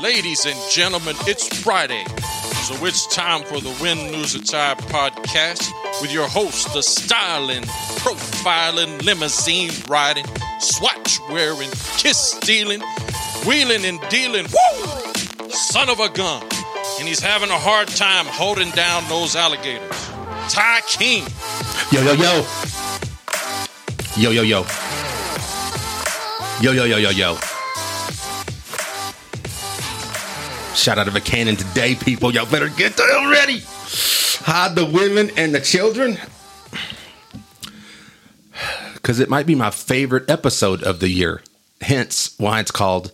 Ladies and gentlemen, it's Friday, so it's time for the Win, Lose, or Tie podcast with your host, the styling, profiling, limousine riding, swatch wearing, kiss stealing, wheeling and dealing, woo! Son of a gun. And he's having a hard time holding down those alligators. Ty King. Yo, yo, yo. Yo, yo, yo. Yo, yo, yo, yo, yo. Shout out of a cannon today, people. Y'all better get them ready. Hide the women and the children. Because it might be my favorite episode of the year. Hence why it's called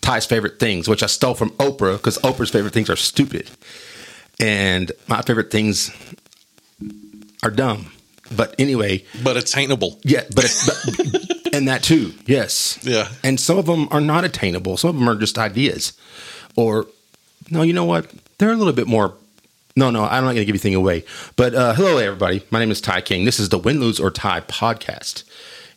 Ty's Favorite Things, which I stole from Oprah because Oprah's favorite things are stupid. And my favorite things are dumb. But anyway, But attainable. yeah, but, but and that too, yes, Yeah. And some of them are not attainable. Some of them are just ideas, or no, you know what? They're a little bit more. No, no, I'm not going to give anything away. But uh, hello, everybody. My name is Ty King. This is the Win, Lose, or Tie podcast.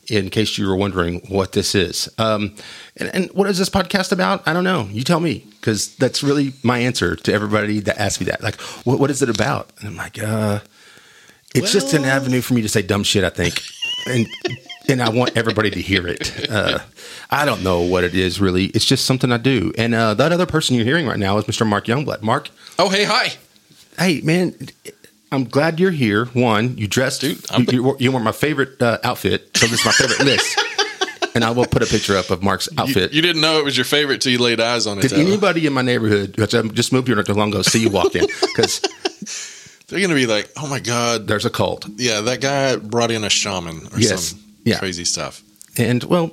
In case you were wondering what this is, um, and, and what is this podcast about? I don't know. You tell me, because that's really my answer to everybody that asks me that. Like, what, what is it about? And I'm like, uh, it's just an avenue for me to say dumb shit, I think. And and I want everybody to hear it. Uh, I don't know what it is really. It's just something I do. And uh, that other person you're hearing right now is Mr. Mark Youngblood. Mark, Oh, hey, hi. hey man, I'm glad you're here. One, you dressed, Dude, I'm you, you, wore, you wore my favorite uh, outfit, so this is my favorite list. And I will put a picture up of Mark's outfit. You didn't know it was your favorite till you laid eyes on it. Did Tyler. anybody in my neighborhood, which I just moved here not too long ago, see you walk in? Because They're going to be like, oh my God. there's a cult. Yeah, that guy brought in a shaman or Yes. some Yeah. crazy stuff. And well,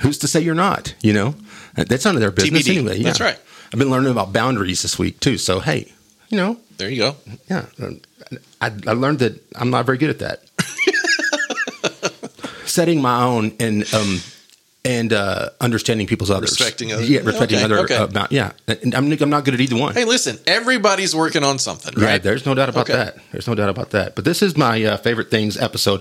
who's to say you're not? You know, that's none of their business TBD. anyway. That's right. I've been learning about boundaries this week too. So hey, you know, There you go. yeah, um, I, I learned that I'm not very good at that. Setting my own and um and uh understanding people's others, Respecting others. yeah, respecting Okay, other okay. uh, bound- yeah. And I'm I'm not good at either one. Hey, listen, everybody's working on something, Yeah, right? there's no doubt about Okay. that. There's no doubt about that. But this is my uh, favorite things episode,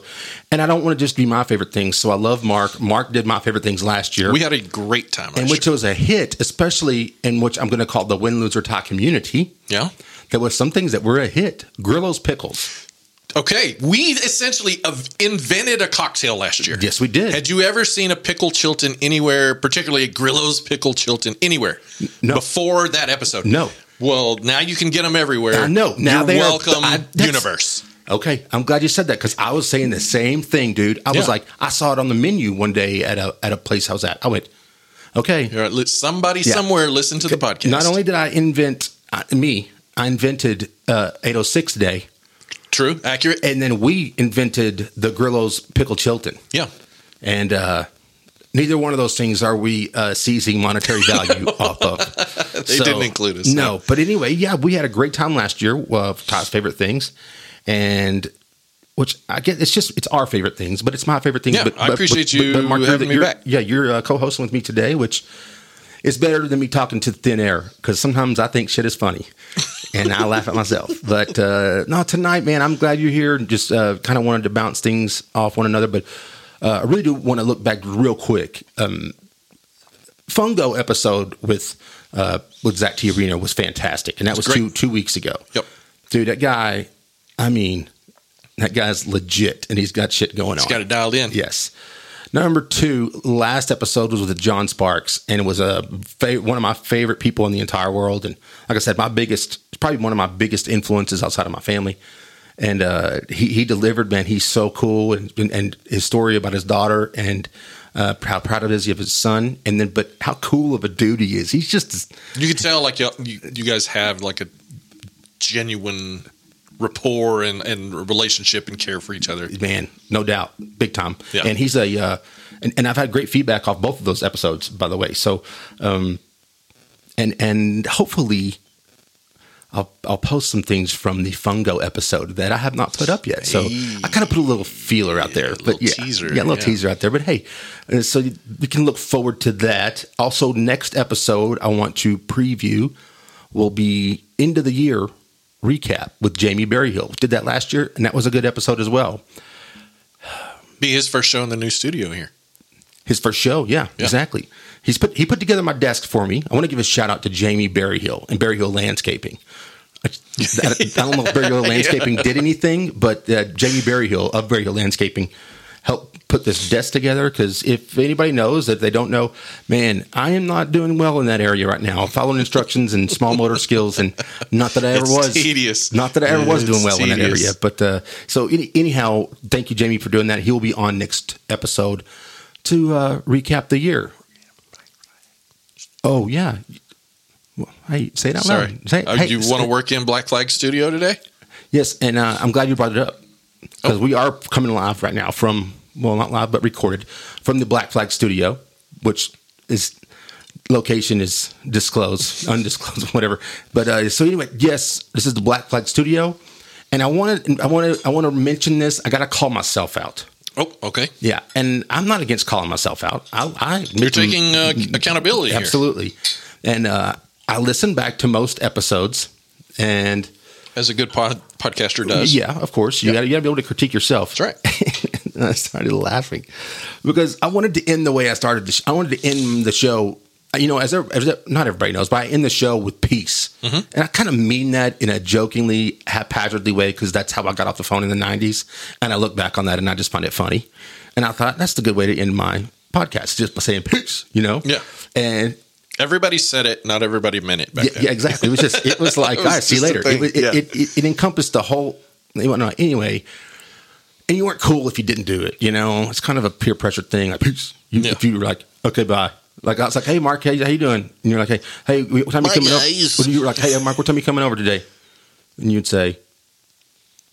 and I don't want to just be my favorite things. So I love Mark. Mark did my favorite things last year, we had a great time. and last which year. was a hit, especially in which I'm going to call the win, lose, or tie community. yeah. There was some things that were a hit. Grillo's pickles. Okay, we essentially have invented a cocktail last year. Yes, we did. Had you ever seen a pickle chilton anywhere, particularly a Grillo's pickle chilton anywhere no. before that episode? No. Well, now you can get them everywhere. I know. Now You're they are- welcome, I- that's- universe. Okay, I'm glad you said that because I was saying the same thing, dude. I was Yeah. like, I saw it on the menu one day at a at a place I was at. I went, okay, You're at least- Somebody somewhere listened to the podcast. Not only did I invent uh, me, I invented uh, 806 Day, true, accurate. and then we invented the Grillo's Pickle Chilton. Yeah. And uh, neither one of those things are we uh, seizing monetary value off of. They didn't include us, No, but anyway, yeah, we had a great time last year. Uh, Todd's favorite things, and. Which I guess it's just it's our favorite things, but it's my favorite things. Yeah, but, I but- appreciate you having me you're- back. Yeah, you're uh, co-hosting with me today, which it's better than me talking to thin air because sometimes I think shit is funny and I laugh at myself. But uh, no, tonight, man, I'm glad you're here. and Just uh, kind of wanted to bounce things off one another, but uh, I really do want to look back real quick. Um, Fungo episode with uh, with Zach Tiarino was fantastic, and that was great. two two weeks ago. Yep. dude, that guy. I mean, that guy's legit, and he's got shit going on. Got it dialed in. Yes. Number two, last episode was with John Sparks, and it was a fa- one of my favorite people in the entire world. And like I said, my biggest, it's probably one of my biggest influences outside of my family. And uh, he he delivered, man. He's so cool, and and, and his story about his daughter, and uh, how proud of is he of his son, and then but how cool of a dude he is. He's just You can tell, like, y'all- you, you guys have, like, a genuine rapport and, and relationship and care for each other. man, no doubt, big time. Yeah. And he's a, uh, and, and I've had great feedback off both of those episodes, by the way. So, um, and and hopefully, I'll I'll post some things from the Fungo episode that I have not put up yet. So I kind of put a little feeler out there, little but yeah, teaser, yeah, a little yeah. teaser out there. But hey, uh, so you, you can look forward to that. Also, next episode I want to preview will be end of the year recap with Jamie Berryhill. Did that last year, and that was a good episode as well. Be his first show in the new studio here. His first show, yeah, Yeah. exactly. He's put he put together my desk for me. I want to give a shout out to Jamie Berryhill and Berryhill Landscaping. I, I don't know if Berryhill Landscaping did anything, but uh, Jamie Berryhill of Berryhill Landscaping helped put this desk together. Because if anybody knows, if they don't know, man, I am not doing well in that area right now. Following instructions and small motor skills, and not that I ever It's was tedious. Not that I ever was It's doing well in that tedious. area. But uh, so any, anyhow, thank you, Jamie, for doing that. He will be on next episode to uh, recap the year. Oh yeah. Well, Hey, say it out Sorry. loud. Say, Uh, hey, you say- want to work in Black Flag Studio today? Yes, and uh, I'm glad you brought it up Oh. because we are coming live right now from well, not live but recorded from the Black Flag Studio, which is location is disclosed, undisclosed, whatever. But uh, so anyway, yes, this is the Black Flag Studio, and I want to, I want to, I want to mention this. I got to call myself out. Oh, okay. Yeah, and I'm not against calling myself out. I, I Mm-hmm. You're taking uh, accountability absolutely, and uh, I listen back to most episodes and. here, as a good pod- podcaster does. Yeah, of course. You got to be able to critique yourself. That's right. and I started laughing because I wanted to end the way I started. The sh- I wanted to end the show. You know, as, ev- as ev- not everybody knows, but I end the show with peace, Mm-hmm. and I kind of mean that in a jokingly, haphazardly way because that's how I got off the phone in the '90s. And I look back on that, and I just find it funny. And I thought that's the good way to end my podcast, just by saying peace. You know? Yeah. And Everybody said it, not everybody meant it back yeah, then. yeah, exactly. It was just it was like, It was all right, see you just a later. It, thing, was- it, yeah. it, it, it encompassed the whole. well, no, anyway, and you weren't cool if you didn't do it. You know, it's kind of a peer pressure thing. Like, peace. You, Yeah. If you were like, okay, bye. Like I was like, hey, Mark, hey, how you doing? And you're like, hey, hey, what time Bye, you coming guys. over? You were like, hey, Mark, what time you coming over today? And you'd say,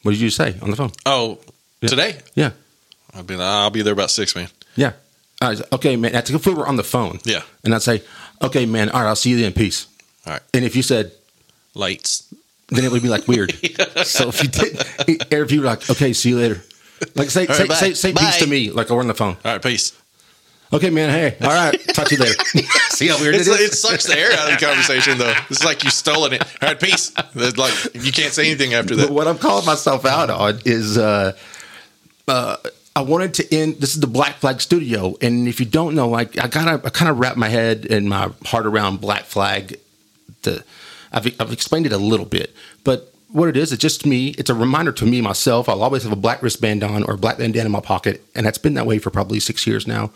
what did you say on the phone? Oh, today? Yeah, I'll be, I'll be there about six, man. yeah. I was, okay, man. That's if we were on the phone. Yeah. And I'd say, okay, man. All right, I'll see you then. Peace. All right. And if you said, Lights. then it would be like weird. So if you did, or if you were like, okay, see you later. Like say right, say, bye. say, say Bye. peace to me, like we're on the phone. All right, peace. Okay, man. Hey, all right, talk to you later. see how weird It's, it is. it sucks the air out of the conversation, though. It's like you stolen it. All right, peace. It's like you can't say anything after But that. what I'm calling myself out on is uh, uh, I wanted to end. This is the Black Flag Studio, and if you don't know, like I gotta I kind of wrap my head and my heart around Black Flag. The I've, I've explained it a little bit, but what it is, it's just me. It's a reminder to me myself. I'll always have a black wristband on or a black bandana in my pocket, and that's been that way for probably six years now.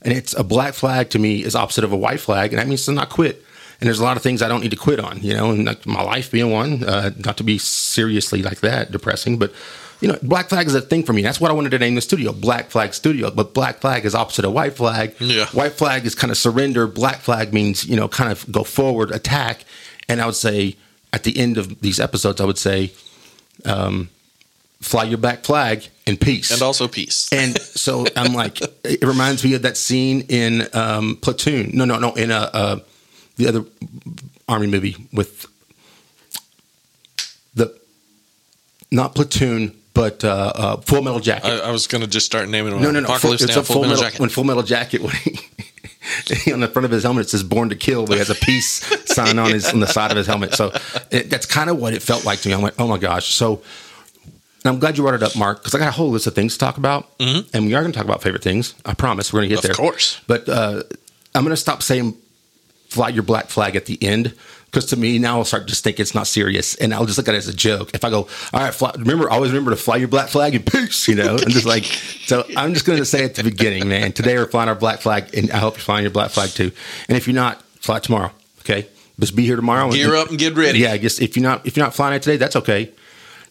And it's a black flag to me is opposite of a white flag, and that means to not quit. And there's a lot of things I don't need to quit on, you know, and like my life being one. Uh, not to be seriously like that depressing, but you know, black flag is a thing for me. That's what I wanted to name the studio, Black Flag Studio. But black flag is opposite of white flag. Yeah. White flag is kind of surrender. Black flag means you know, kind of go forward, attack. And I would say at the end of these episodes, I would say, um, fly your black flag in peace. And also peace. And so I'm like, it reminds me of that scene in um, Platoon. No, no, no, in uh, uh, the other army movie with the not Platoon, but uh, uh, Full Metal Jacket. I, I was going to just start naming them. no, no, no. Apocalypse Full- it's Now, a Full Metal Jacket. When Full Metal Jacket, when he, on the front of his helmet it says "Born to Kill," but he has a peace sign on his on the side of his helmet. So it, that's kind of what it felt like to me. I'm like, oh my gosh. So and I'm glad you brought it up, Mark, because I got a whole list of things to talk about, and we are going to talk about favorite things. I promise we're going to get Mm-hmm. Of there, course. But uh, I'm going to stop saying "fly your black flag" at the end. Because to me now, I'll start just thinking it's not serious, and I'll just look at it as a joke. If I go, all right, fly, remember, always remember to fly your black flag and peace, you know, and just like, so I'm just going to say at the beginning, man. Today we're flying our black flag, and I hope you're flying your black flag too. And if you're not, fly tomorrow, okay? Just be here tomorrow. and- Gear up and get ready. Yeah, I guess if you're not if you're not flying it today, that's okay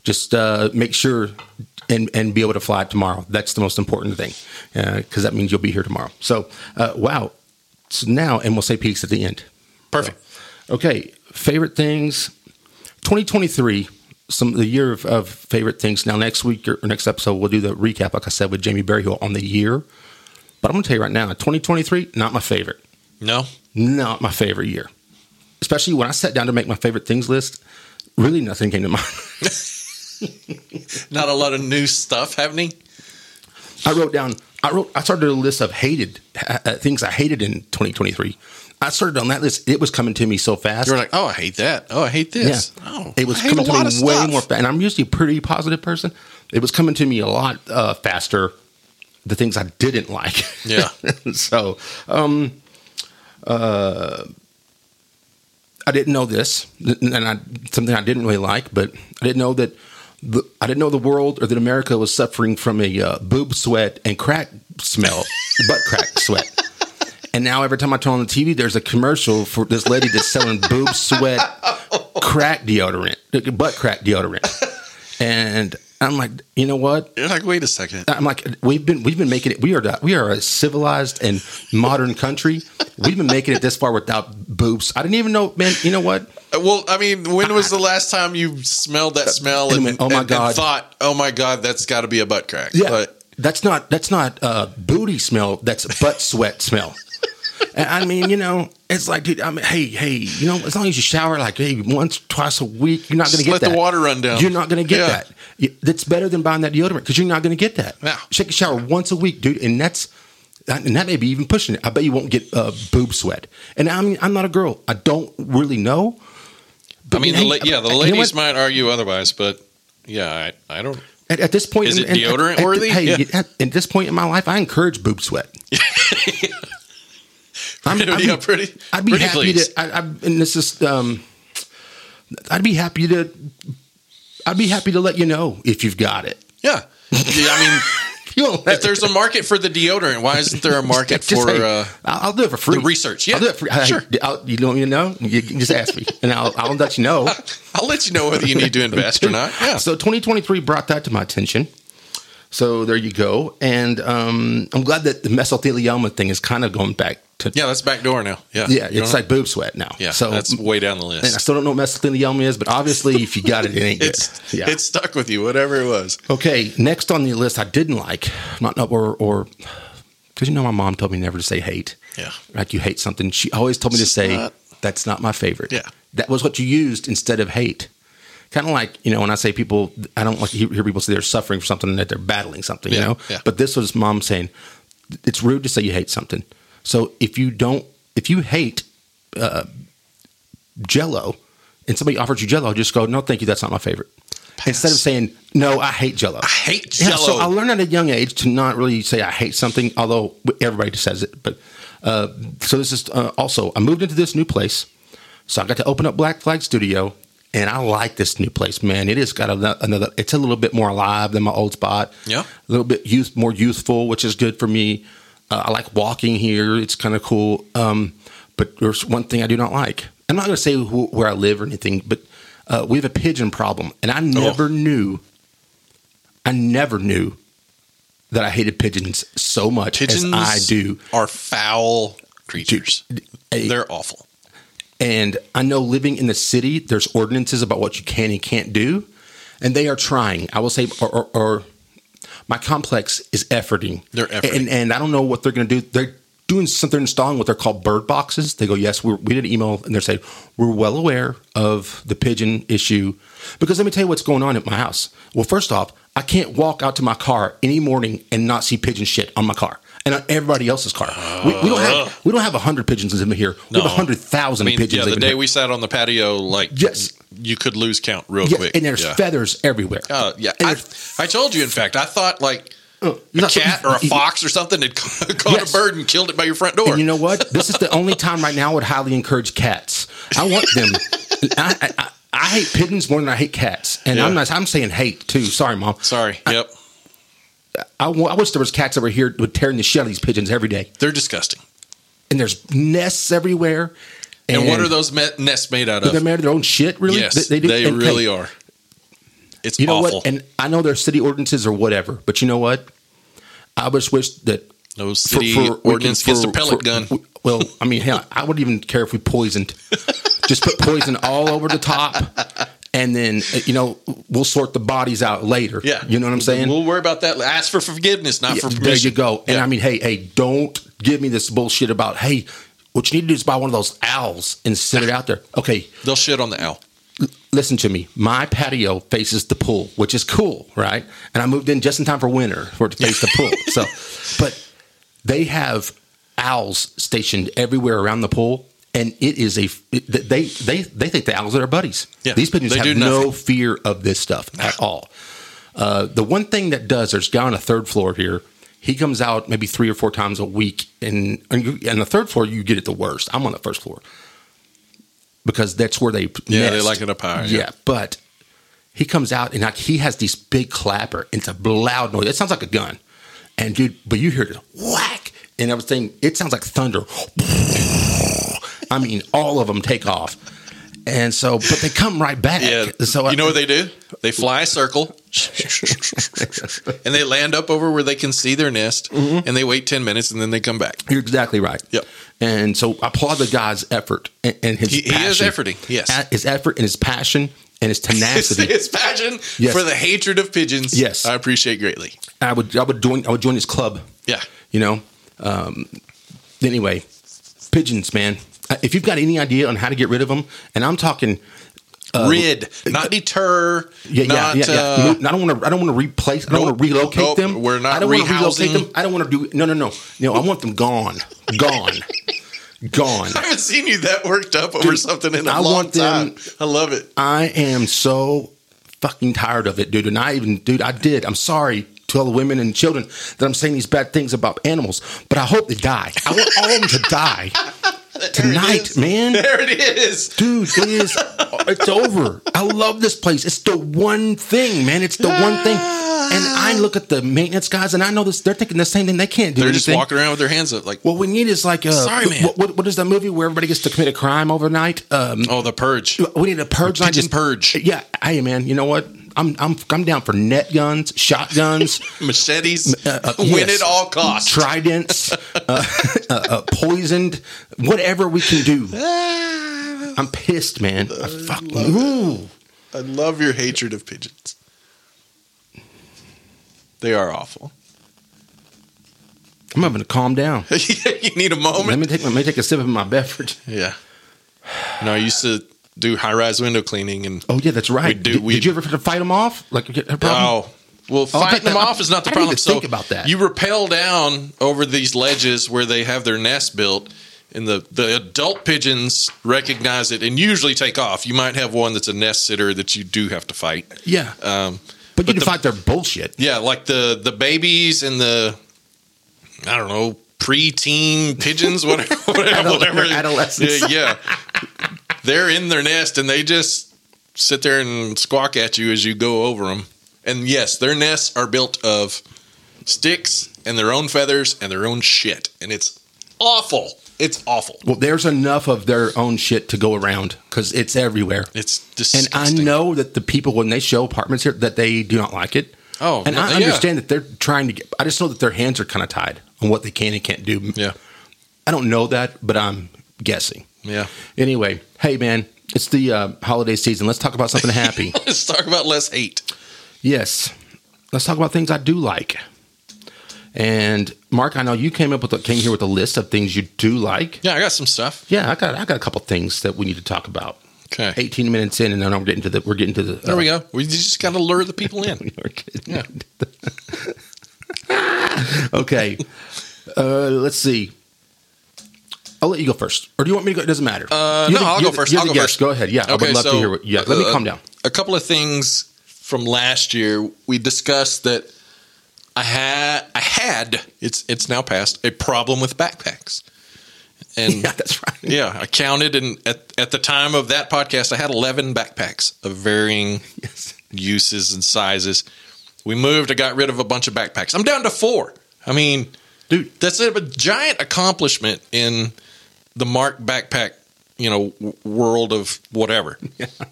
just uh, make sure and and be able to fly tomorrow. That's the most important thing because that means you'll be here tomorrow. So uh, wow, so now and we'll say peace at the end. Perfect. Okay, favorite things, 2023. Some the year of, of favorite things. Now next week or next episode we'll do the recap, like I said, with Jamie Berryhill on the year. But I'm gonna tell you right now, 2023 not my favorite No? not my favorite year. Especially when I sat down to make my favorite things list, really nothing came to mind. Not a lot of new stuff happening? I wrote down, I wrote, I started a list of hated uh, things I hated in 2023. I started on that list. It was coming to me so fast. You were like, oh, I hate that. Oh, I hate this. Oh, it was I hate coming a to lot me way of stuff. more. Fa- and I'm usually a pretty positive person. It was coming to me a lot uh, faster the things I didn't like. Yeah. so, um, uh, I didn't know this, and I, something I didn't really like, but I didn't know that the, I didn't know the world or that America was suffering from a uh, boob sweat and crack smell, butt crack sweat. And now every time I turn on the TV, there's a commercial for this lady that's selling boob sweat crack deodorant, butt crack deodorant. And I'm like, you know what? You're like, wait a second. I'm like, we've been we've been making it. We are the, we are a civilized and modern country. We've been making it this far without boobs. I didn't even know, man. You know what? Uh, Well, I mean, when was the last time you smelled that smell and and, went, "Oh my and- and God." thought, oh my God, that's got to be a butt crack? Yeah, But that's not that's not uh, booty smell. That's butt sweat smell. and I mean, you know, it's like, dude. I mean, hey, hey, you know, as long as you shower like hey once, twice a week, you're not going to Just get let the that. water run down. You're not going to get Yeah. that. You- That's better than buying that deodorant because you're not going to get that. No. Shake a shower once a week, dude, and that's. And that may be even pushing it. I bet you won't get uh, boob sweat. And I mean, I'm not a girl. I don't really know. But I mean, hey, the la- yeah, the you know what? ladies might argue otherwise, but yeah, I, I don't. At, at this point, Is in- it in- deodorant at- at- worthy? Hey, Yeah. at, at this point in my life, I encourage boob sweat. I'm, I'd yeah, be- pretty. I'd be pretty happy pleased. to. I, I, and this is. Um, I'd be happy to. I'd be happy to let you know if you've got it. Yeah. yeah. I mean, You don't if there's a market for the deodorant, why isn't there a market Just- just, for? hey, Uh, I'll, I'll do it for free. the research, yeah. I'll do it for hey, Sure. I'll, you don't even know. You can just ask me, and I'll, I'll let you know. I'll let you know whether you need to invest or not. Yeah. So 2023 brought that to my attention. So there you go, and um, I'm glad that the mesothelioma thing is kind of going back to yeah, that's back door now. Yeah. yeah. You It's don't- like boob sweat now. yeah. so that's way down the And I list. still don't know what mesothelioma is, but obviously, if you got it, it ain't good. It's it's stuck with you, whatever it was. okay. Next on the list, I didn't like, not not- or or because you know my mom told me never to say hate. Yeah. like you hate something. She always told me It's to say not- that's not my favorite. Yeah. that was what you used instead of hate. Kind of like you know when I say people, I don't like to hear hear people say they're suffering from something that they're battling something. Yeah, You know, yeah. but this was mom saying it's rude to say you hate something. So if you don't, if you hate jello and somebody offers you jello, just go, no, thank you. That's not my favorite. Instead of saying, no, I hate jello. I hate so Jell-O. I learned at a young age to not really say I hate something, although everybody says it. But uh, so this is uh, also, I moved into this new place. So I got to open up Black Flag Studio. And I like this new place, man. It has got ano- another. It's a little bit more alive than my old spot. Yeah. a little bit youth, more youthful, which is good for me. Uh, I like walking here; it's kind of cool. Um, but there's one thing I do not like. I'm not going to say who, where I live or anything, but uh, we have a pigeon problem, and I never knew. I never knew that I hated pigeons so much Pigeons as I do. are foul creatures. a- They're awful. And I know living in the city, there's ordinances about what you can and can't do, and they are trying. I will say, or, or, or my complex is efforting. They're efforting. and and I don't know what they're going to do. They're doing something, installing what they're called bird boxes. They go, yes, we're, we did an email, and they're saying we're well aware of the pigeon issue, because let me tell you what's going on at my house. Well, first off, I can't walk out to my car any morning and not see pigeon shit on my car. And on everybody else's car, we, we don't have we don't have hundred pigeons in here. We Uh-huh. No. have hundred thousand I mean, pigeons. yeah, the living day here. we sat on the patio, like Yes. you could lose count real Yes, quick. and there's yeah. feathers everywhere. Oh, yeah. And I, there's- I told you. In fact, I thought like Oh, a you thought- cat or a fox or something had ca- caught Yes. a bird and killed it by your front door. And you know what? This is the only time right now I would highly encourage cats. I want them. I, I, I, I hate pigeons more than I hate cats, and I'm Yeah. not. I'm saying hate too. Sorry, mom. Sorry. yep. I, wa- I wish there was cats over here would tearing the shit out of these pigeons every day. They're disgusting. And there's nests everywhere. And, what are those me- nests made out of? They're made of their own shit, really. yes, They- they, they do- and, hey, really are. It's You know awful. what? And I know there's city ordinances or whatever, but you know what? I just wish that no city we ordinance can- gets a for- pellet for- gun. w- Well, I mean, hell, I wouldn't even care if we poisoned. Just put poison all over the top, and then uh, you know we'll sort the bodies out later. yeah, you know what I'm saying. We'll worry about that. Ask for forgiveness, not for Yeah, permission. there you go. And Yeah. I mean, hey, hey, don't give me this bullshit about hey, what you need to do is buy one of those owls and send it out there. Okay, they'll shit on the owl. listen to me. My patio faces the pool, which is cool, right? And I moved in just in time for winter for it to face the pool. So, but they have owls stationed everywhere around the pool, and it is a it- they they they think the owls are their buddies. Yeah, These pigeons they have do no nothing. fear of this stuff at all. Uh, the one thing that does, there's a guy on a third floor here. He comes out maybe three or four times a week, and and on the third floor you get it the worst. I'm on the first floor because that's where they Yeah, they nest. like it up higher, Yeah, yeah. but he comes out and like he has these big clapper. It's a loud noise. It sounds like a gun, and dude, but you hear this whack and everything. It sounds like thunder. I mean, all of them take off, and so but they come right back. Yeah. So you know I, what they do? They fly a circle and they land up over where they can see their nest Mm-hmm. and they wait 10 minutes and then they come back. You're exactly right. Yep. And so I applaud the guy's effort and, and his He- he is passion. efforting, yes. A- his effort and his passion and his It's, tenacity. it's passion Yes. for the hatred of pigeons. Yes. I appreciate greatly. I would I would join I would join his club. Yeah. You know. Um, anyway, pigeons, man. Uh, If you've got any idea on how to get rid of them, and I'm talking, Rid, not deter, Uh, yeah, yeah, not, yeah, yeah. Uh, No, I don't want to. I don't want to replace. I don't want Nope, to relocate nope, them. we're not I don't wanna relocate rehousing. them. I don't want to do. No, no, no. No, I want them gone, gone, gone. I haven't seen you that worked up over Dude, something in a I long want them- time. I love it. I am so fucking tired of it, dude. And I even, dude, I did. I'm sorry to all the women and children that I'm saying these bad things about animals, but I hope they die. I want all of them to die tonight, man. There it is. Dude, it is. It's over. I love this place. It's the one thing, man. It's the one thing. And I look at the maintenance guys, and I know this. They're thinking the same thing. They can't do They're just anything. walking around with their hands up, like, what we need is like a. Sorry, man. What, what, what is that movie where everybody gets to commit a crime overnight? Um, oh, the purge. we need a purge. Pigeon line. Just- purge. Yeah. Hey, man. You know what? I'm I'm I'm down for net guns, shotguns, Machetes uh, win yes. at all costs. tridents, uh, uh, uh, poisoned, whatever we can do. Ah, I'm pissed, man. I fucking ooh. I love your hatred of pigeons. They are awful. I'm having to calm down. you need a moment. Let me take let me take a sip of my beverage. Yeah. No, I used to do high rise window cleaning and Oh yeah, that's right. We do- Did, we- did you ever try to fight them off? Like get a problem? Oh, well, fighting them that- off is not the I didn't problem. even so think about that. you rappel down over these ledges where they have their nest built, and the the adult pigeons recognize it and usually take off. You might have one that's a nest sitter that you do have to fight. yeah. Um, but, you can the- fight their bullshit. yeah, like the the babies and the I don't know preteen pigeons, whatever, whatever, Adole- whatever. they're adolescents. Yeah, yeah. they're in their nest and they just sit there and squawk at you as you go over them. And yes, their nests are built of sticks and their own feathers and their own shit, and it's awful. It's awful. Well, there's enough of their own shit to go around because it's everywhere. It's and I disgusting. know that the people when they show apartments here that they do not like it. Oh, and I yeah. understand that they're trying to get. I just know that their hands are kind of tied on what they can and can't do. Yeah, I don't know that, but I'm guessing. yeah. Anyway, hey man, it's the uh, holiday season. Let's talk about something happy. Let's talk about less hate. yes, let's talk about things I do like. And Mark, I know you came up with a, came here with a list of things you do like. Yeah, I got some stuff. Yeah, I got I got a couple things that we need to talk about. Okay, 18 minutes in, and then I'm getting to the we're getting to the. uh, there we go. We just got to lure the people in. Yeah. okay. Uh, let's see. I'll let you go first, or do you want me to go? It doesn't matter. Uh, You're no, the- you're I'll go the- first. you're I'll the go guest. first. Go ahead. Yeah, I would love to hear. What, yeah, let me uh, calm down. A couple of things from last year we discussed that I had I had it's it's now past a problem with backpacks, and Yeah, that's right. yeah, I counted and at at the time of that podcast I had eleven backpacks of varying Yes. uses and sizes. We moved. I got rid of a bunch of backpacks. I'm down to four. I mean, Dude. that's a, a giant accomplishment in the Mark backpack, you know, w- world of whatever.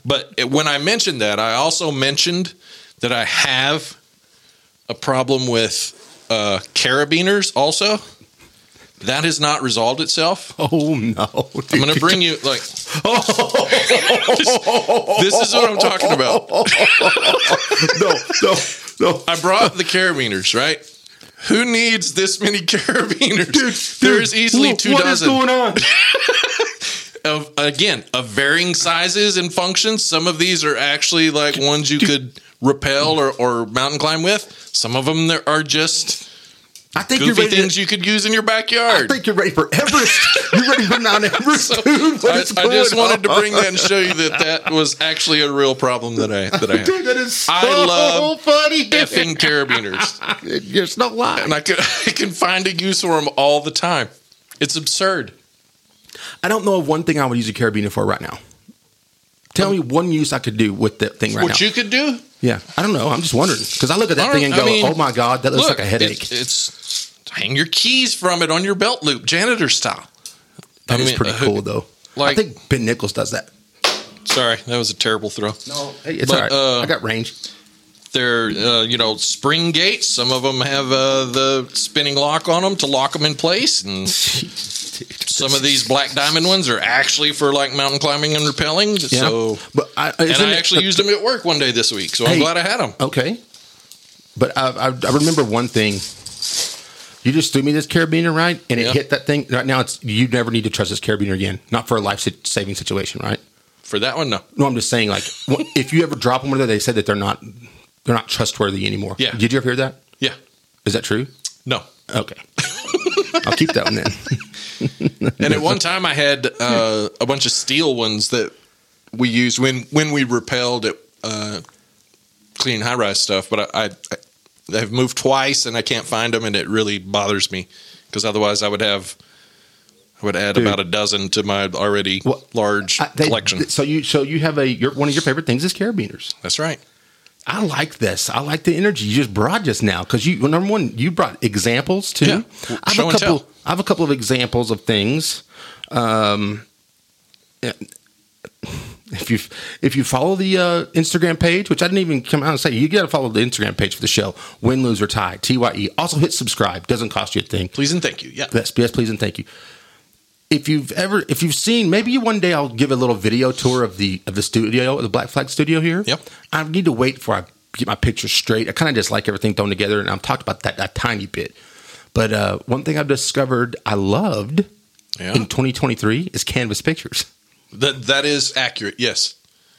But it, when I mentioned that, I also mentioned that I have a problem with uh, carabiners. Also, that has not resolved itself. Oh no! I'm going to bring you like this is what I'm talking about. no, no, no. I brought the carabiners, right? Who needs this many carabiners? there is easily Look, two dozen. What is going on? of again of varying sizes and functions. Some of these are actually like ones you could rappel or, or mountain climb with. Some of them there are just I think you're Goofy ready. things to, you could use in your I backyard. think you're ready for Everest. you're ready for Mount Everest. dude. What I, is I just going wanted to on? bring that and show you that that was actually a real problem that I that I had. Dude, that is so I love funny. Effing carabiners, There's no lie. and I can I can find a use for them all the time. It's absurd. I don't know of one thing I would use a carabiner for right now. Tell me one use I could do with that thing right what now. Um, you could do? yeah, I don't know. I'm just wondering because I look at that All thing right, and I go, mean, "Oh my god, that looks Look, like a headache." It's, it's hang your keys from it on your belt loop, janitor style. That I is mean, pretty uh, cool though. like- I think Ben Nichols does that. Sorry, that was a terrible throw. No, hey, it's But, all right. uh, I got range. They're uh, you know spring gates. Some of them have uh, the spinning lock on them to lock them in place, and some of these black diamond ones are actually for like mountain climbing and rappelling. Yeah. So, but I, and I actually used them at work one day this week, so I'm Hey. glad I had them. Okay, but I, I, I remember one thing. You just threw me this carabiner, right? And it Yeah. hit that thing. Right now, it's you never need to trust this carabiner again. Not for a life si- saving situation, right? For that one, no. No, I'm just saying, like, wh- if you ever drop them, whether they said that they're not, they're not trustworthy anymore. Yeah. Did you ever hear that? Yeah, Is that true? no. Okay. I'll keep that one then. And at one time, I had uh, a bunch of steel ones that we used when when we rappelled at uh, clean high rise stuff. But I, I, I have moved twice, and I can't find them, and it really bothers me because otherwise, I would have. I would add Dude. about a dozen to my already Well, large I- they- collection. So you, so you have a your one of your favorite things is carabiners. That's right. I like this. I like the energy you just brought just now because you well, number one you brought examples too. Yeah. I have Show a and couple. tell. I have a couple of examples of things. Um, if you if you follow the uh, Instagram page, which I didn't even come out and say, you got to follow the Instagram page for the show. Win, lose or tie. T Y E. Also hit subscribe. Doesn't cost you a thing. Please and thank you. Yeah. Yes, yes, please and thank you. If you've ever, if you've seen, maybe you- one day I'll give a little video tour of the of the studio, of the Black Flag Studio here. Yep. I need to wait before I get my picture straight. I kind of just like everything thrown together, and I've talked about that a tiny bit. But uh, one thing I've discovered I loved Yeah. in 2023 is canvas pictures. That that is accurate. Yes.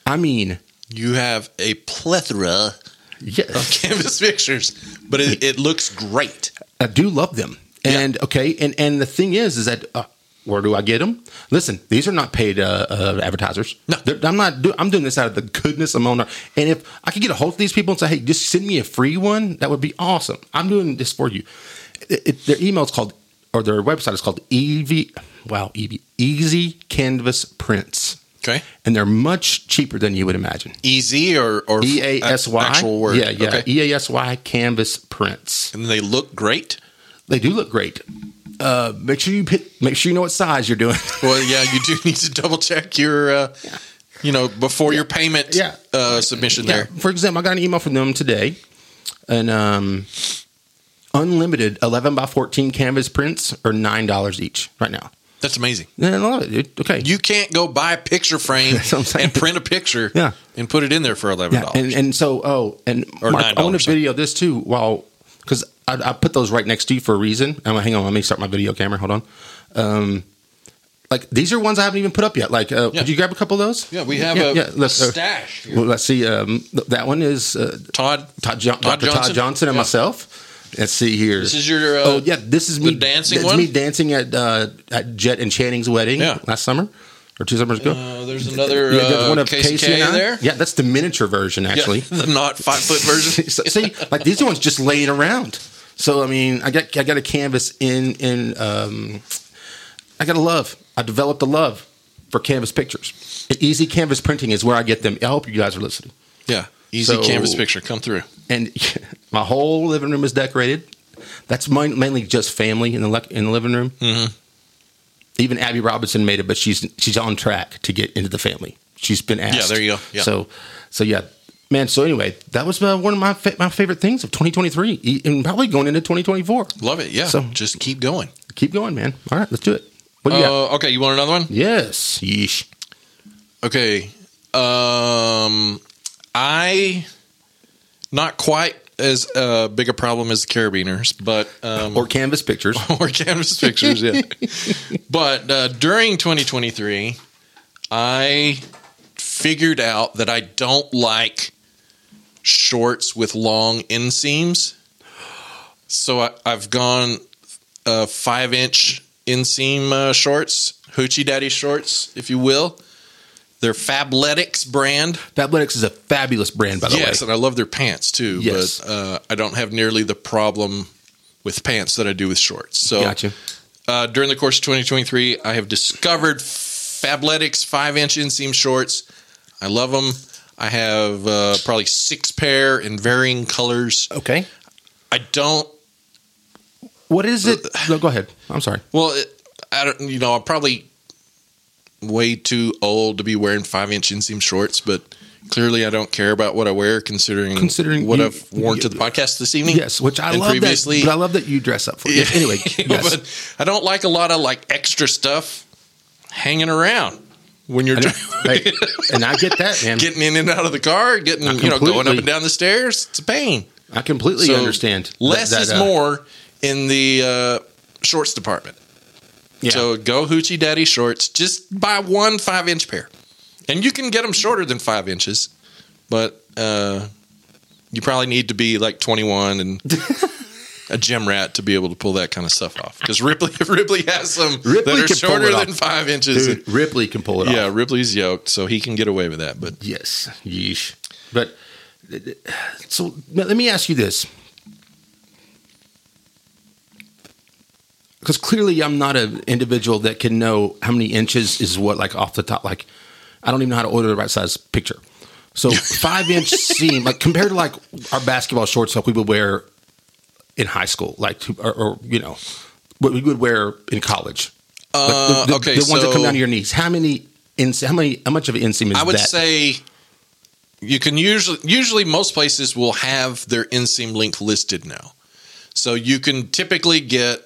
I mean, You have a plethora yes, of canvas pictures, but it, it looks great. I do love them. And okay, and and the thing is, is that uh, where do I get them? Listen, these are not paid uh, uh, advertisers. No. They're- I'm not. Do, I'm doing this out of the goodness of my own. heart. And if I could get a hold of these people and say, hey, just send me a free one, that would be awesome. I'm doing this for you. It, it, their email's called, or their website is called EV. Wow, EV Easy Canvas Prints, Okay. and they're much cheaper than you would imagine. Easy or or E A S Y. actual word. Yeah, yeah. Okay. E A S Y Canvas Prints. And they look great. They do look great. Uh, make sure you hit, make sure you know what size you're doing. Well, yeah, you do need to double check your, uh, you know, before your payment Yeah. uh, submission Yeah, there. for example, I got an email from them today, and um, unlimited 11 by 14 canvas prints are nine dollars each right now. That's amazing. Yeah, I love it. dude. Okay, You can't go buy a picture frame That's what I'm saying. and print a picture Yeah. and put it in there for eleven yeah, dollars. and and so oh, and Or Mark, I want $9, to sorry. video this too while because I, I put those right next to you for a reason. I'm hang on, let me start my video camera. Hold on. Um, like these are ones I haven't even put up yet. Like, uh, Yeah. could you grab a couple of those? yeah, we have a let's, uh, stash. Here. Well, let's see. Um, th- that one is uh, Todd, Todd Jo- Todd Dr. Johnson? Todd Johnson and Yeah. myself. Let's see here. This is your, uh, oh yeah, this is me dancing It's one? me dancing at uh, at Jet and Channing's wedding Yeah. last summer or two summers ago. uh, there's another Yeah, there's uh, one of Casey, K I. there. Yeah, that's the miniature version Yeah, actually. the not five foot version. so, see, like these ones just laying around. So I mean, I got I got a canvas in in um, I got a love. I developed a love for canvas pictures. Easy canvas printing is where I get them. I hope you guys are listening. Yeah, easy So- canvas picture. Come through. and my whole living room is decorated. That's mine, mainly just family in the le- in the living room. Mm-hmm. Even Abby Robinson made it, but she's she's on track to get into the family. She's been asked. there you go. Yeah. So, so yeah, man. So anyway, that was uh, one of my fa- my favorite things of 2023, e- and probably going into 2024. Love it. Yeah. So- just keep going. Keep going, man. All right, let's do it. What do you got? Uh, okay, you want another one? Yes. Yeesh. Okay. Um, I not quite as uh, big a problem as the carabiners, but um, Or canvas pictures. or canvas pictures, yeah. but uh, during 2023, I figured out that I don't like shorts with long inseams. So I, I've gone uh, five inch inseam uh, shorts, Hoochie Daddy shorts, if you will. They're Fabletics brand. Fabletics is a fabulous brand, by the yes, way. and I love their pants too. Yes. But uh, I don't have nearly the problem with pants that I do with shorts. So Gotcha. uh, during the course of 2023, I have discovered Fabletics five inch inseam shorts. I love them. I have uh, probably six pair in varying colors. Okay. I don't. What is it? Uh, No, go ahead. I'm sorry. Well, it, I don't. You know, I'm probably way too old to be wearing five inch inseam shorts, but clearly I don't care about what I wear, considering Considering what you- I've worn to the podcast this evening. Yes, which I And love. previously- that, but I love that you dress up for it. Anyway, yes. but I don't like a lot of like extra stuff hanging around when you're Hey, and I get that, man. getting in and out of the car, getting you know going up completely- and down the stairs. It's a pain. I completely So, understand. that- Less that, is uh, more in the uh, shorts department. Yeah. So go hoochie daddy shorts. Just buy one five inch pair, and you can get them shorter than five inches, but uh, you probably need to be like twenty one and. A gym rat to be able to pull that kind of stuff off because Ripley Ripley has some Ripley that are can pull shorter it off. than five inches. Dude, Ripley can pull it yeah, off. Ripley's yoked, so he can get away with that. But Yes. Yeesh. But so let let me ask you this. Because clearly, I'm not an individual that can know how many inches is what, like off the top. Like, I don't even know how to order the right size picture. So, five inch seam, like compared to like our basketball shorts, like we would wear in high school, like, to- or, or you know, what we would wear in college. Like, the, Uh, the- okay, the ones that so- come down to your knees. How many? In, how many? How much of an inseam is I would that? say you can usually usually most places will have their inseam length listed now, so you can typically get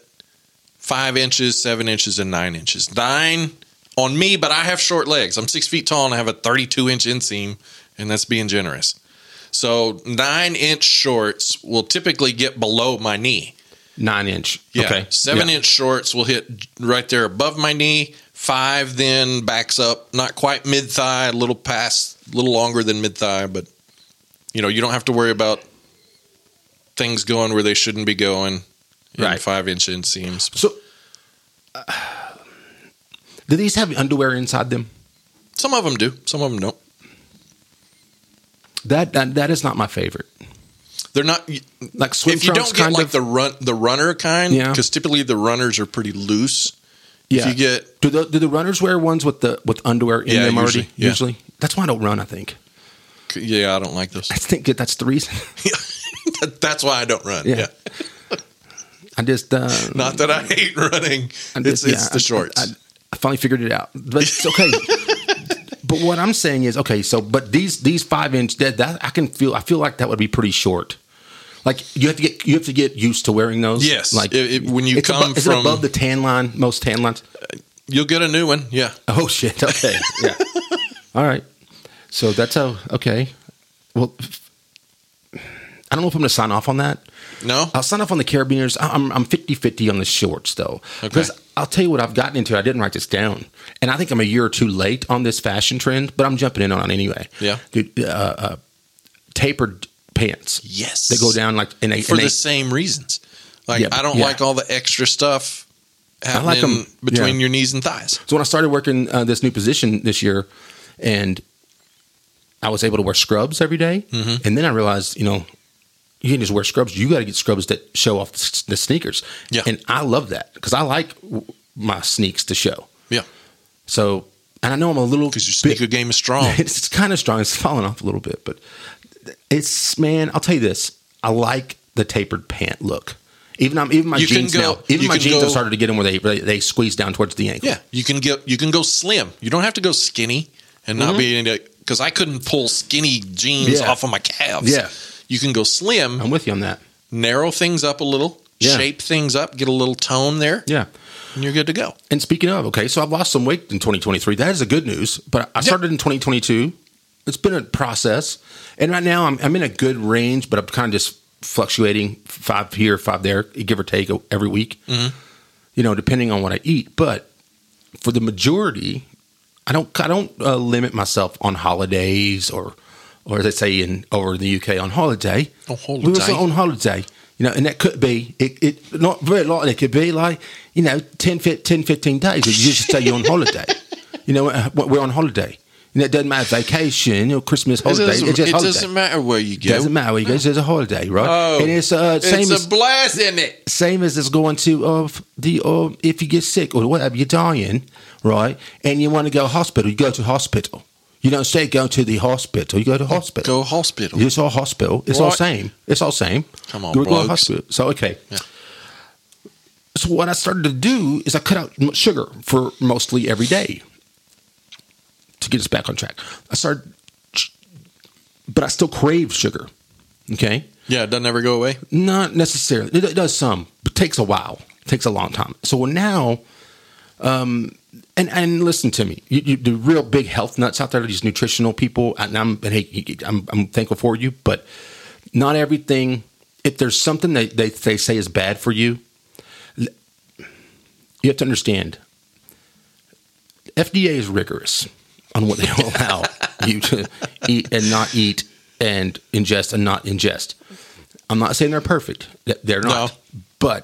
five inches, seven inches, and nine inches. Nine on me, but I have short legs. I'm six feet tall and I have a 32 inch inseam, and that's being generous. So nine inch shorts will typically get below my knee. Nine inch. Yeah. Okay. Seven Yeah. inch shorts will hit right there above my knee. Five then backs up, not quite mid thigh, a little past, a little longer than mid thigh, but you know, you don't have to worry about things going where they shouldn't be going in Right. five inch inseams. So, uh, do these have underwear inside them? Some of them do, some of them don't. That that, that is not my favorite. They're not, Like swim if you trunks, don't get kind like of. the run, the runner kind, Yeah. because typically the runners are pretty loose. yeah. If you get do the do the runners wear ones with the with underwear in Yeah, them already? usually, yeah. Usually, that's why I don't run. I think. yeah, I don't like those. I think that that's the reason. That's why I don't run. Yeah. yeah. I just uh, Not that I hate running. I it's just- it's yeah, the I- shorts. I, I finally figured it out, but it's okay. but what I'm saying is okay. So, but these these five inch that, that I can feel. I feel like that would be pretty short. Like you have to get you have to get used to wearing those. yes. Like Like it, it- when you it's come abo- is from, it above the tan line? Most tan lines. you'll get a new one. Yeah. Oh shit. Okay. Yeah. All right. So that's how. Okay. Well, I don't know if I'm going to sign off on that. No. I'll sign off on the carabiners. I- I'm I'm 50 50 on the shorts though. Because I'll tell you what I've gotten into. I didn't write this down, and I think I'm a year or two late on this fashion trend, but I'm jumping in on it anyway. Yeah. Dude, uh, uh, tapered pants. Yes. They go down like in a, for in a- the same reasons. Like Yeah, I don't yeah. like all the extra stuff happening like 'em. between Yeah. your knees and thighs. So when I started working uh, this new position this year, and I was able to wear scrubs every day, Mm-hmm. and then I realized, you know, you can just wear scrubs. You got to get scrubs that show off the, s- the sneakers. Yeah. and I love that because I like w- my sneaks to show. Yeah. So, and I know I'm a little Because your bit- sneaker game is strong. it's kind of strong. It's falling off a little bit, but it's man. I'll tell you this. I like the tapered pant look. Even I'm even my You can jeans go- now. Even you my can jeans go- have started to get them where they, they they squeeze down towards the ankle. Yeah. You can get you can go slim. You don't have to go skinny and not be in because I couldn't pull skinny jeans Mm-hmm. Yeah. off of my calves. Yeah. You can go slim, I'm with you on that. narrow things up a little, Yeah. shape things up, get a little tone there, Yeah. and you're good to go. And speaking of, okay, so I've lost some weight in 2023. That is the good news. But I started in 2022. It's been a process, and right now I'm I'm in a good range, but I'm kind of just fluctuating five here, five there, give or take every week. Mm-hmm. You know, depending on what I eat. But for the majority, I don't I don't uh, limit myself on holidays or or as they say in over in the UK, on holiday. On holiday. We were on holiday, you know, and that could be it. it not very likely. It could be like you know 10, fif- 10 15 days. You just say you're on holiday. You know, uh, we're on holiday. And it doesn't matter vacation or Christmas It holiday. doesn't, Oh, it's just it holiday. doesn't matter where you go. Doesn't matter where you go. It's just a holiday, right? Oh, and it's uh, same it's as a blast, isn't it? same as it's going to of the uh, if you get sick or whatever you're dying right and you want to go hospital you go to hospital you don't say go to the hospital you go to hospital Go hospital. it's all hospital it's all Right. same it's all same Come on, Go- go to blokes. hospital. so okay Yeah. so what i started to do is i cut out m- sugar for mostly every day to get us back on track i started but i still crave sugar okay Yeah, it doesn't ever go away. not necessarily. It, it does some, but takes a while. takes a long time. So now, um, and and listen to me, you, you, the real big health nuts out there, these nutritional people, and I'm and hey, I'm, I'm thankful for you, but not everything. If there's something that they, they say is bad for you, you have to understand. FDA is rigorous on what they allow you to eat and not eat, and ingest and not ingest. I'm not saying they're perfect; Th- they're not. But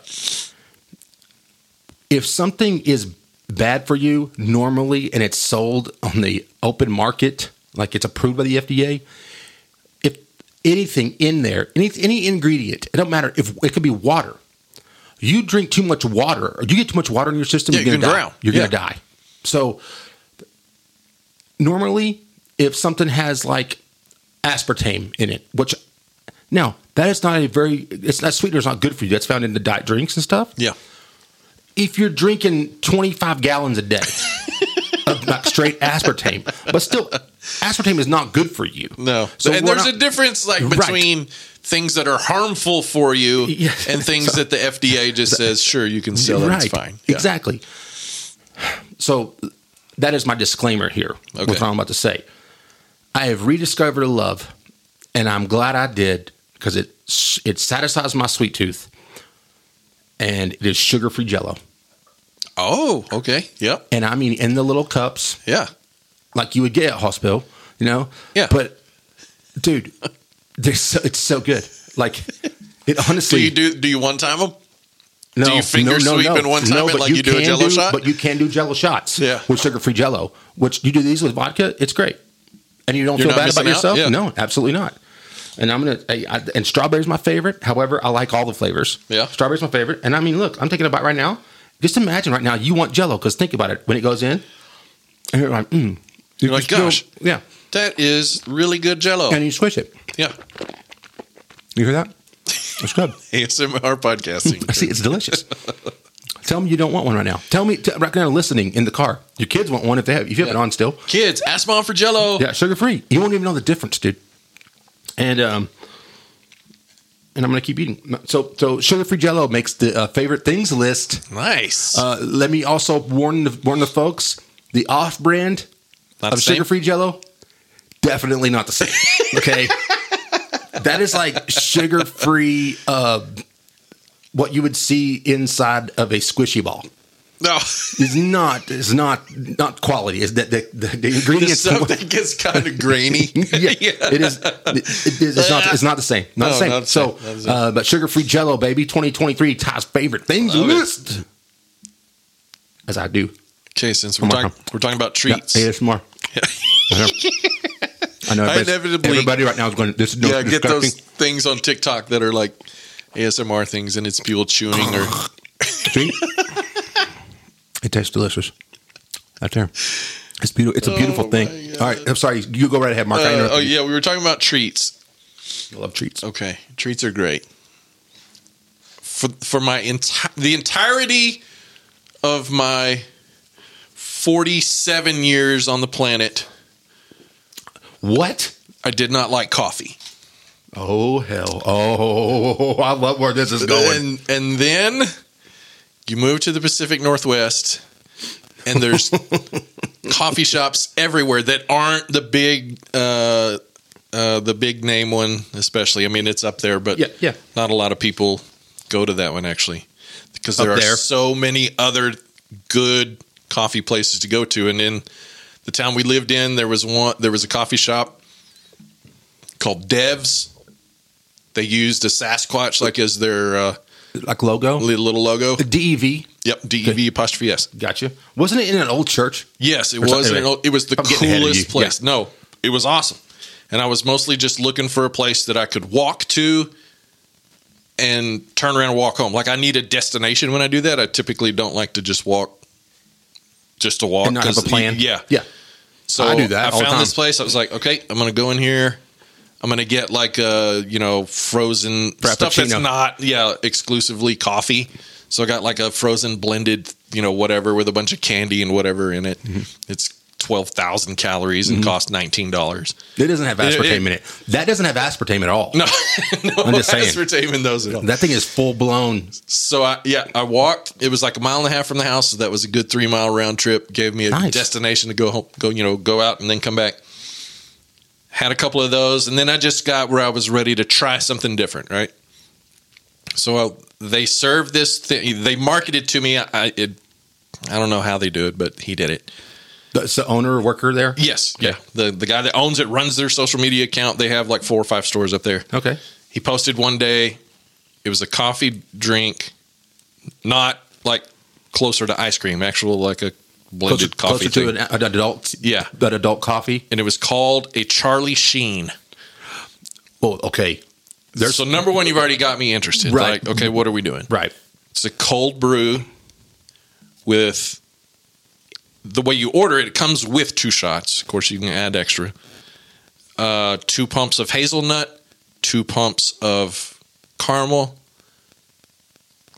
if something is bad for you normally and it's sold on the open market, like it's approved by the FDA, if anything in there, any any ingredient, it don't matter if it could be water. You drink too much water, or you get too much water in your system, Yeah, you're you gonna die. can drown. You're Yeah. gonna die. So normally, if something has like aspartame in it, which now that is not a very it's that sweetener is not good for you. That's found in the diet drinks and stuff Yeah. if you're drinking 25 gallons a day of like straight aspartame, but still, aspartame is not good for you. No. So and we're there's not- a difference like Right. between things that are harmful for you Yeah. and things that the FDA just says, sure, you can sell it, it's fine. Yeah. Exactly. So that is my disclaimer here. with Okay. What I'm about to say. I have rediscovered a love, and I'm glad I did because it it satisfies my sweet tooth, and it is sugar free Jello, Oh, okay. Yep. and I mean in the little cups. Yeah. like you would get at hospital, you know? Yeah. But dude, they're so, it's so good. Like it honestly Do you do do you one time them? no, you finger no, no, sweep no, in one time no, it but like you do a can Jell-O shot? But you can do jello shots Yeah. with sugar free jello, which you do these with vodka, it's great. And you don't You're feel not bad about missing out? yourself? Yeah. No, absolutely not. And I'm gonna I, I, and strawberry's my favorite. However, I like all the flavors. Yeah. Strawberry's my favorite. And I mean look, I'm taking a bite right now. Just imagine right now you want jello, because think about it. When it goes in, and you're like, mm, you You're like, can gosh. yeah. That is really good jello. And you squish it. yeah. You hear that? It's good. ASMR podcasting. I see. It's delicious. Tell me you don't want one right now. Tell me t- right now, listening in the car. Your kids want one if they have. If you have it Yeah. on still, Kids, ask mom for jello. yeah, sugar free. You won't even know the difference, dude. And um, and I'm gonna keep eating. So so sugar free Jello makes the uh, favorite things list. Mm-hmm. Nice. Uh, let me also warn the, warn the folks: the off brand Not of the same? sugar free Jello, definitely not the same. Okay, that is like sugar free. Uh, what you would see inside of a squishy ball No. is not is not not quality. Is that the, the, the the ingredients? stuff that gets kind of grainy. yeah, it is. It is it's not. It's not the same. Not Ah. No, the same. not the so, same, not the same. Uh, but sugar-free Jello, baby, 2023 Todd's favorite things Love it. list. As I do. Okay, since we're, Come on, talking, we're talking about treats. Yeah, ASMR. I know. I know. everybody's- inevitably- everybody right now is going. This is yeah, disgusting. get those things on TikTok that are like ASMR things, and it's people chewing or See? it tastes delicious. Out there. It's beautiful. It's a beautiful Oh, my thing. God. All right. I'm sorry. You go right ahead, Mark. I Uh, interrupted oh you. yeah, we were talking about treats. You love treats. Okay, treats are great. For for my entire the entirety of my forty seven years on the planet, What? I did not like coffee. Oh hell! Oh, I love where this is going. And and then you move to the Pacific Northwest, and there's coffee shops everywhere that aren't the big uh, uh, the big name one, especially. I mean, it's up there, but Yeah, yeah. not a lot of people go to that one actually because there Up are there. so many other good coffee places to go to. And in the town we lived in, there was one. There was a coffee shop called Devs. They used the Sasquatch like as their uh, Like logo? little little logo. DEV. Yep, DEV apostrophe S. Gotcha. E Wasn't it in an old church? Yes, it Or was. something. an old- it was the I'm getting ahead of you. coolest place. No, it was awesome. And I was mostly just looking for a place that I could walk to and turn around and walk home. Like I need a destination when I do that. I typically don't like to just walk, just to walk. And not have a 'cause- plan? Yeah, Yeah. So I do that I all the found time. this place. I was like, okay, I'm gonna go in here. I'm gonna get like a you know frozen stuff that's Frappuccino. not yeah exclusively coffee. So I got like a frozen blended you know whatever with a bunch of candy and whatever in it. Mm-hmm. It's twelve thousand calories and cost nineteen dollars. It doesn't have It- it- aspartame in it. That doesn't have aspartame at all. No, no I'm just saying. aspartame in those at all. That thing is full blown. So I yeah I walked. It was like a mile and a half from the house. So that was a good three mile round trip. Gave me a Nice. destination to go home, go you know go out and then come back. Had a couple of those, and then I just got where I was ready to try something different. Right. So I, they served this thing. They marketed to me. I I, it, I don't know how they do it, but he did it. That's the owner or worker there? Yes. Yeah. The the guy that owns it runs their social media account. They have like four or five stores up there Okay. he posted one day it was a coffee drink not like closer to ice cream actual like a blended coffee closer to thing. an, an adult, yeah that adult coffee. and it was called a charlie sheen Well, okay. There's- so number one you've already got me interested Right. like okay what are we doing Right. it's a cold brew with the way you order it it comes with two shots of course you can add extra uh, two pumps of hazelnut two pumps of caramel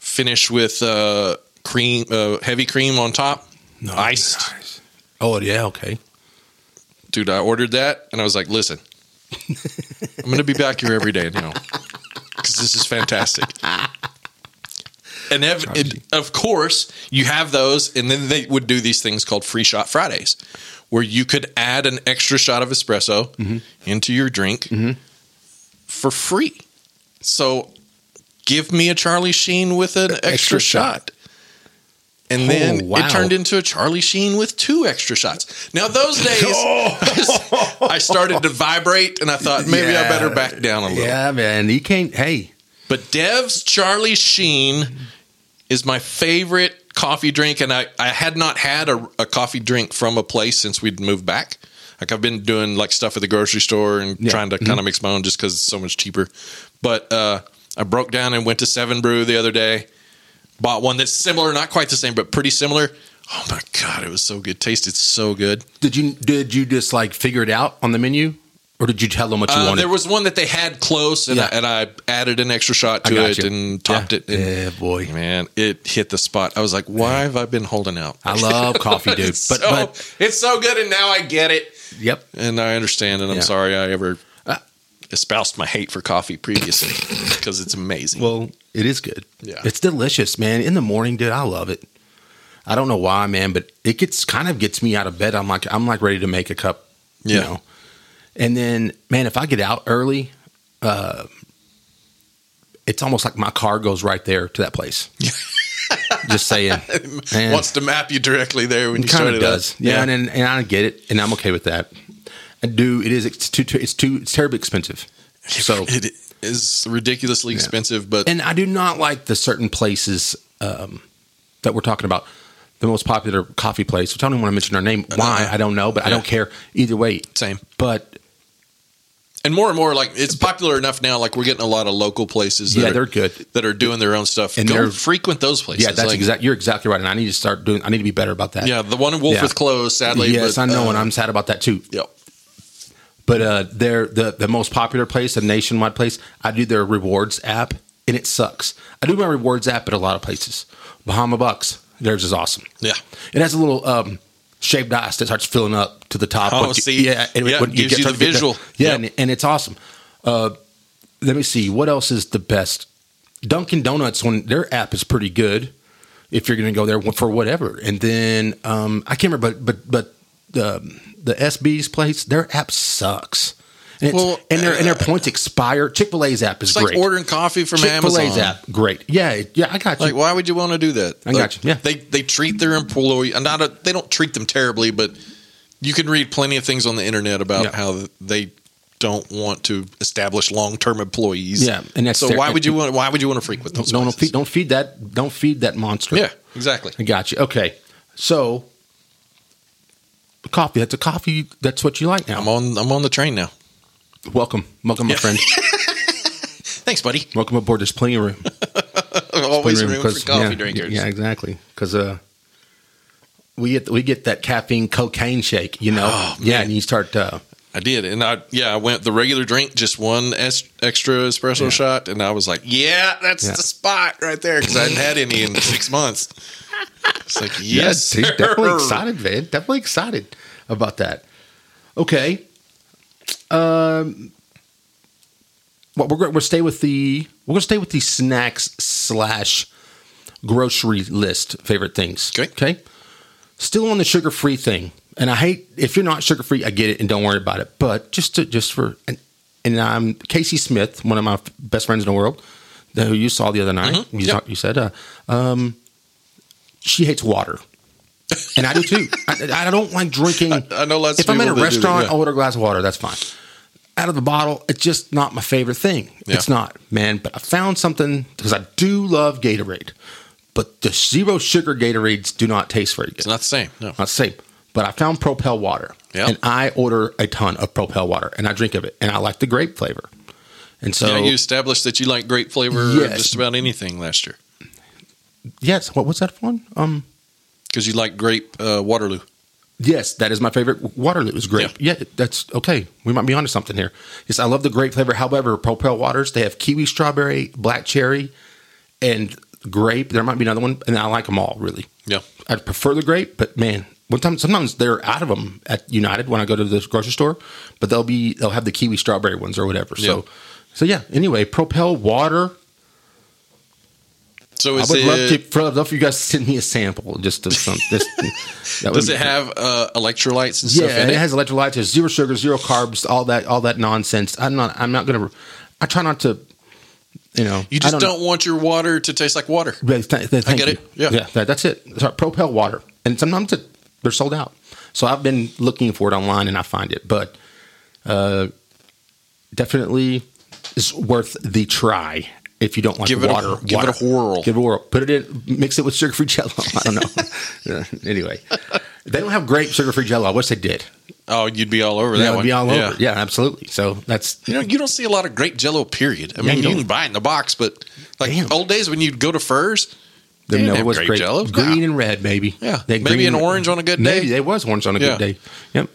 finish with uh, cream uh, heavy cream on top No, Iced. nice. Oh, yeah. Okay. dude i ordered that and i was like listen i'm gonna be back here every day now because this is fantastic and, ev- and of course you have those and then they would do these things called free shot fridays where you could add an extra shot of espresso Mm-hmm. into your drink for free so give me a charlie sheen with an extra, E-, extra shot. shot. And then Oh, wow. it turned into a Charlie Sheen with two extra shots. Now those days, I started to vibrate, and I thought Oh, maybe I Yeah. better back down a little. Yeah, man. You can't. Hey, But Dev's Charlie Sheen is my favorite coffee drink, and I, I had not had a, a coffee drink from a place since we'd moved back. Like I've been doing like stuff at the grocery store and Yeah. Mm-hmm. trying to kind of mix my own just because it's so much cheaper. But uh, I broke down and went to Seven Brew the other day, bought one that's similar, not quite the same, but pretty similar. Oh my god, it was so good. Tasted so good. did you did you just like figure it out on the menu, or did you tell them what you Uh, wanted? there was one that they had close, and, Yeah. I, and I added an extra shot I to got it you. and topped it. And yeah, boy. Man, it hit the spot. I was like, why have I been holding out? I love coffee, dude. It's, But, so, but it's so good, and now I get it. Uh, yep. And I understand, and I'm Yeah. sorry I ever espoused my hate for coffee previously because it's amazing. Well, it is good. Yeah. It's delicious, man. In the morning, dude, I love it. I don't know why, man, but it gets kind of gets me out of bed. I'm like I'm like ready to make a cup, you Yeah. know. And then, man, if I get out early, uh it's almost like my car goes right there to that place. Just saying. Man, Wants to map you directly there when you it kind start of it up. does. Yeah, and, and and I get it and I'm okay with that. I do it is it's too it's too it's terribly expensive. So it is ridiculously expensive, but and I do not like the certain places um, that we're talking about. The most popular coffee place, which I don't even want to mention their name. Why I don't know, but I don't care either way. same. But And more and more, like it's popular enough now. Like we're getting a lot of local places. That Yeah, are, they're good. That are doing their own stuff. And Go they're- frequent those places. yeah, that's Like, exact. You're exactly right, and I need to start doing. I need to be better about that. Yeah, the one in Wolfrith Yeah. closed, sadly. yes, but, I know, uh, and I'm sad about that too. Yeah. But uh, they're the the most popular place, a nationwide place. I do their rewards app, and it sucks. I do my rewards app at a lot of places. Bahama Bucks, theirs is awesome. Yeah. It has a little um, shaved ice that starts filling up to the top. Oh, once you- see? yeah, and Yeah, when gives you to the get there- visual. yeah, Yep. and, and it's awesome. Uh, let me see what else is the best. Dunkin' Donuts, when their app is pretty good, if you're going to go there for whatever. And then um, I can't remember, but but but the the SB's place, their app sucks. And, it's, Well, uh, and their and their points expire. Chick Fil A's app is It's like great. ordering coffee from Chick Fil A's Amazon. app, great. Yeah, it- yeah, I got you. Like, why would you want to do that? I Like, got you. Yeah. They they treat their employee. and Not a, they don't treat them terribly, but you can read plenty of things on the internet about Yeah. how they don't want to establish long-term employees. Yeah, and that's so their- why would you want? Why would you want to frequent those? Don't, don't places? feed, don't feed that. Don't feed that monster. Yeah, exactly. I got you. Okay, so coffee. That's a coffee. That's what you like now. I'm on. I'm on the train now. Welcome, welcome, my Yeah. friend. Thanks, buddy. welcome aboard. There's plenty of room. Always room room for 'cause, coffee yeah, drinkers. Yeah, exactly. Because uh, we get we get that caffeine cocaine shake. You know. Oh, yeah, man. and you start. Uh, I did, and I yeah, I went the regular drink, just one es- extra espresso Yeah. shot, and I was like, yeah, that's Yeah. the spot right there because I hadn't had any in six months. It's like yes, he's definitely sir. excited, man. Definitely excited about that. Okay. Um. Well, we're going we're stay with the we're gonna stay with the snacks slash grocery list favorite things. Okay. Okay. Still on the sugar free thing, and I hate if you're not sugar free. I get it, and don't worry about it. But just to, just for and, and I'm Casey Smith, one of my best friends in the world, that- who you saw the other night. You, Yep. saw- you said, uh, um, she hates water. And I do too. I, I don't like drinking. I know lots of If I'm at a people that do that, restaurant, yeah. I'll order a glass of water. That's fine. Out of the bottle, it's just not my favorite thing. Yeah. It's not, man. But I found something because I do love Gatorade, but the zero sugar Gatorades do not taste very good. It's not the same. No, Not safe. But I found Propel water, Yeah. and I order a ton of Propel water, and I drink of it, and I like the grape flavor. And so, yeah, you established that you like grape flavor in Yes. just about anything last year yes, what was that one? Um, because you like grape uh, Waterloo. Yes, that is my favorite. Waterloo is grape. Yeah. that's okay. We might be onto something here. Yes, I love the grape flavor. However, Propel Waters, they have kiwi, strawberry, black cherry, and grape. There might be another one, and I like them all really. Yeah, I prefer the grape, but man, one time sometimes they're out of them at United when I go to the grocery store. But they'll be they'll have the kiwi, strawberry ones or whatever. So, Yeah. so yeah. Anyway, Propel Water. so is I would it? love to for, love for you guys to send me a sample just of some. This, that would does be it cool. have uh, electrolytes and stuff Yeah, in and it? it has electrolytes, there's zero sugar, zero carbs, all that, all that nonsense. I'm not, I'm not gonna, I try not to, you know, you I just don't, know. want your water to taste like water. Yeah, th- th- thank get you. it. Yeah. that- that's it. It's our Propel water, and sometimes it, they're sold out. So I've been looking for it online, and I find it, but uh, definitely is worth the try. If you don't like Give it a- water, give it water. a whirl. Give it a whirl. Put it in. Mix it with sugar-free Jello. I don't know. Yeah, anyway, they don't have grape sugar-free Jello. I wish they did. Oh, you'd be all over Yeah, that it would one. be all over. Yeah, absolutely. So that's You know, you don't see a lot of grape jello, period. I Yeah, mean, you you don't. can buy it in the box, but like Damn. old days when you'd go to Furs, the didn't no have was grape great. Jell-O. Green Nah. and red, maybe. Yeah. They Maybe green an and- orange on a good Maybe day. there was orange on a good Yeah. day. Yep.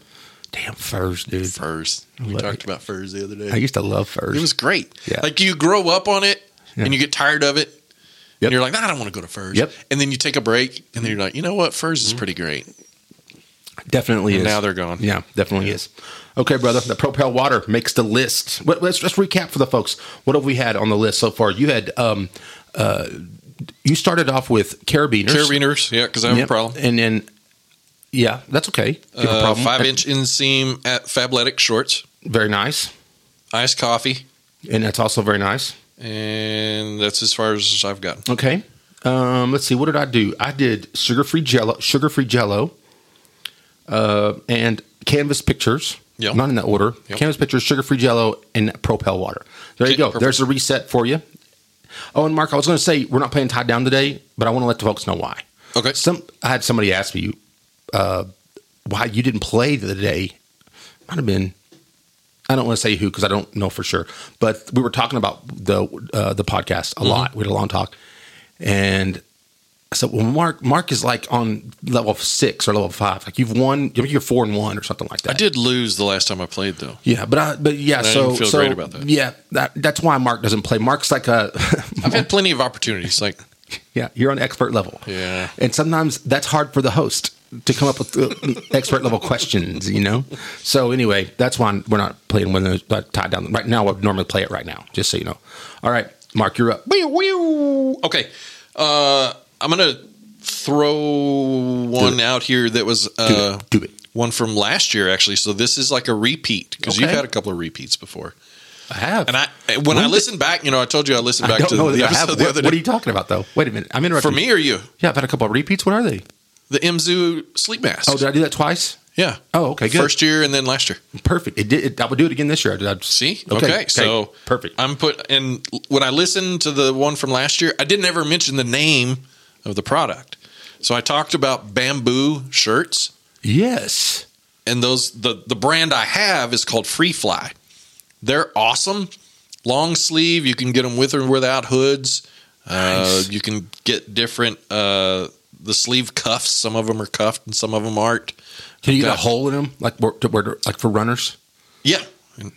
Damn furs, dude. Furs. We Love talked it. about Furs the other day. I used to love furs. it was great. Yeah. Like you grow up on it Yeah. and you get tired of it. Yep. And you're like, "Nah, I don't want to go to Furs. Yep. Mm-hmm. And then you take a break and then you're like, you know what? Furs is pretty great. definitely is. And now they're gone. Yeah, definitely is. Okay, brother. The Propel Water makes the list. Let, let's let's recap for the folks. What have we had on the list so far? You had um, uh, you started off with carabiners. Carabiners. Yeah. Cause I have Yep. a problem. And then, yeah, that's okay. If you have a Uh, problem. five inch inseam at Fabletic shorts, Very nice, iced coffee. and that's also very nice. And that's as far as I've gotten. Okay. Um, let's see. What did I do? I did sugar free jello, sugar free jello, uh, and canvas pictures. Yep. Not in that order. Yep. Canvas pictures, sugar free jello, and propel water. There you Okay, go. perfect. There's a reset for you. Oh, and Mark, I was going to say we're not playing tie down today, but I want to let the folks know why. Okay. Some I had somebody ask me uh, why you didn't play the day. Might have been. I don't want to say who because I don't know for sure. But we were talking about the uh, the podcast a Mm-hmm. lot. We had a long talk, and I said, "Well, Mark, Mark is like on level six or level five. Like you've won. You're four and one or something like that." I did lose the last time I played though. Yeah, but I, but yeah, I so didn't feel so great about that. yeah, that that's why Mark doesn't play. Mark's like a I've Oh. had plenty of opportunities. Like, Yeah, you're on expert level. Yeah. And sometimes that's hard for the host to come up with uh, expert level questions, you know? So, anyway, that's why we're not playing one of those tied down. Right now, I would normally play it right now, just so you know. All right, Mark, you're up. Wee, wee. Okay. Uh, I'm going to throw one out here that was Do uh, it. Do it. one from last year, actually. So this is like a repeat because you've Okay. had a couple of repeats before. I have. And I, when I listened back, you know, I told you I listened I don't back to know that the I have. episode the What, other what are day. you talking about, though? Wait a minute. I'm interrupting. For me or you? Yeah, I've had a couple of repeats. What are they? The MZU sleep mask. Oh, did I do that twice? Yeah. Oh, okay, good. First year and then last year. perfect. It did. It, I would do it again this year. I, I, See? Okay. So perfect. I'm put and when I listened to the one from last year, I didn't ever mention the name of the product. So I talked about bamboo shirts yes. and those the the brand I have is called Free Fly. They're awesome. Long sleeve, you can get them with or without hoods. Uh, Nice. you can get different uh, the sleeve cuffs. Some of them are cuffed and some of them aren't. Can you get a Gotcha. hole in them, like where, to where, like for runners? Yeah.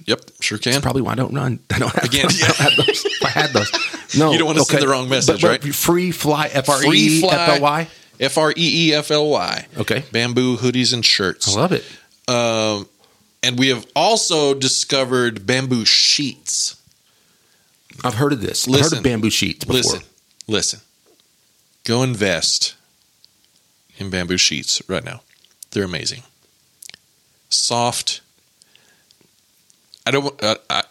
Yep, sure can. That's probably why I don't run. I don't have, Again, I don't have those. If I had those, no. You don't wanna send the wrong message, But- but right? Free fly, F R Free E fly. F L Y. F R E E F L Y. Okay. Bamboo hoodies and shirts. I love it. Um, and we have also discovered bamboo sheets. I've heard of this. I've heard Listen. of bamboo sheets before. Listen, listen. Go invest in bamboo sheets right now. They're amazing. Soft. I don't. wa- Uh, I,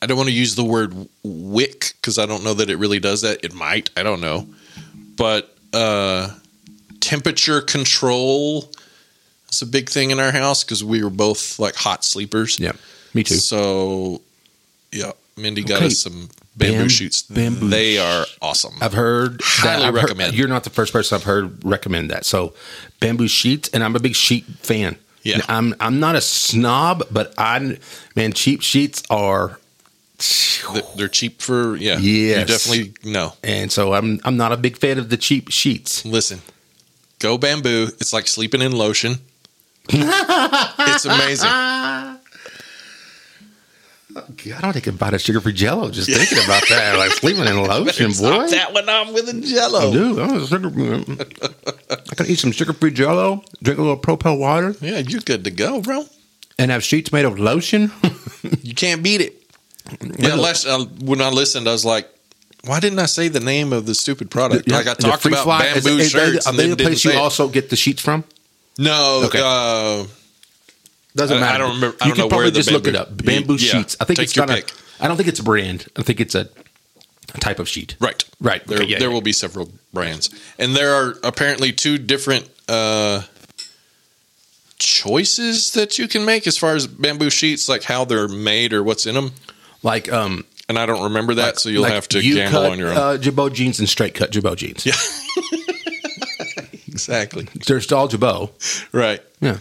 I don't want to use the word wick because I don't know that it really does that. It might. I don't know. But uh, temperature control is a big thing in our house because we were both like hot sleepers. Yeah, me too. So, yeah, Mindy got Okay. us some bamboo Bam- shoots. bamboo They are awesome. I've heard Highly that. I've heard- recommend. you're not the first person I've heard recommend that. So, bamboo sheets, and I'm a big sheet fan. Yeah. I'm. I'm not a snob, but I, man, cheap sheets are. They're- They're cheap for yeah. Yes. You definitely no. And so I'm. I'm not a big fan of the cheap sheets. Listen, go bamboo. It's like sleeping in lotion. it's amazing. God, I don't think I can buy a sugar-free Jello. Just thinking about that, like sleeping in lotion, boy. Stop that one on with a Jello. Dude, I'm a sugar. I could eat some sugar-free Jello, drink a little Propel water, Yeah, you're good to go, bro. and have sheets made of lotion. You can't beat it. Yeah, last, uh, when I listened, I was like, why didn't I say the name of the stupid product? Yeah, Like I and the talked Free about Fly- is- bamboo is- shirts. Are and they then the didn't place you say it. also get the sheets from? No, Okay. uh, Doesn't I- I matter. don't remember- I you don't can know probably where the just look it bamboo- up. Bamboo Yeah, sheets. I think take it's your not a. pick. I don't think it's a brand. I think it's a, a type of sheet. Right. Right. There, Okay, yeah, there yeah. will be several brands. And there are apparently two different uh, choices that you can make as far as bamboo sheets, like how they're made or what's in them. Like um. And I don't remember that, so you'll like have to you gamble cut, on your own. Uh, Jabot jeans and straight cut Jabot jeans. Yeah. exactly. There's all Jabot. Right. Yeah.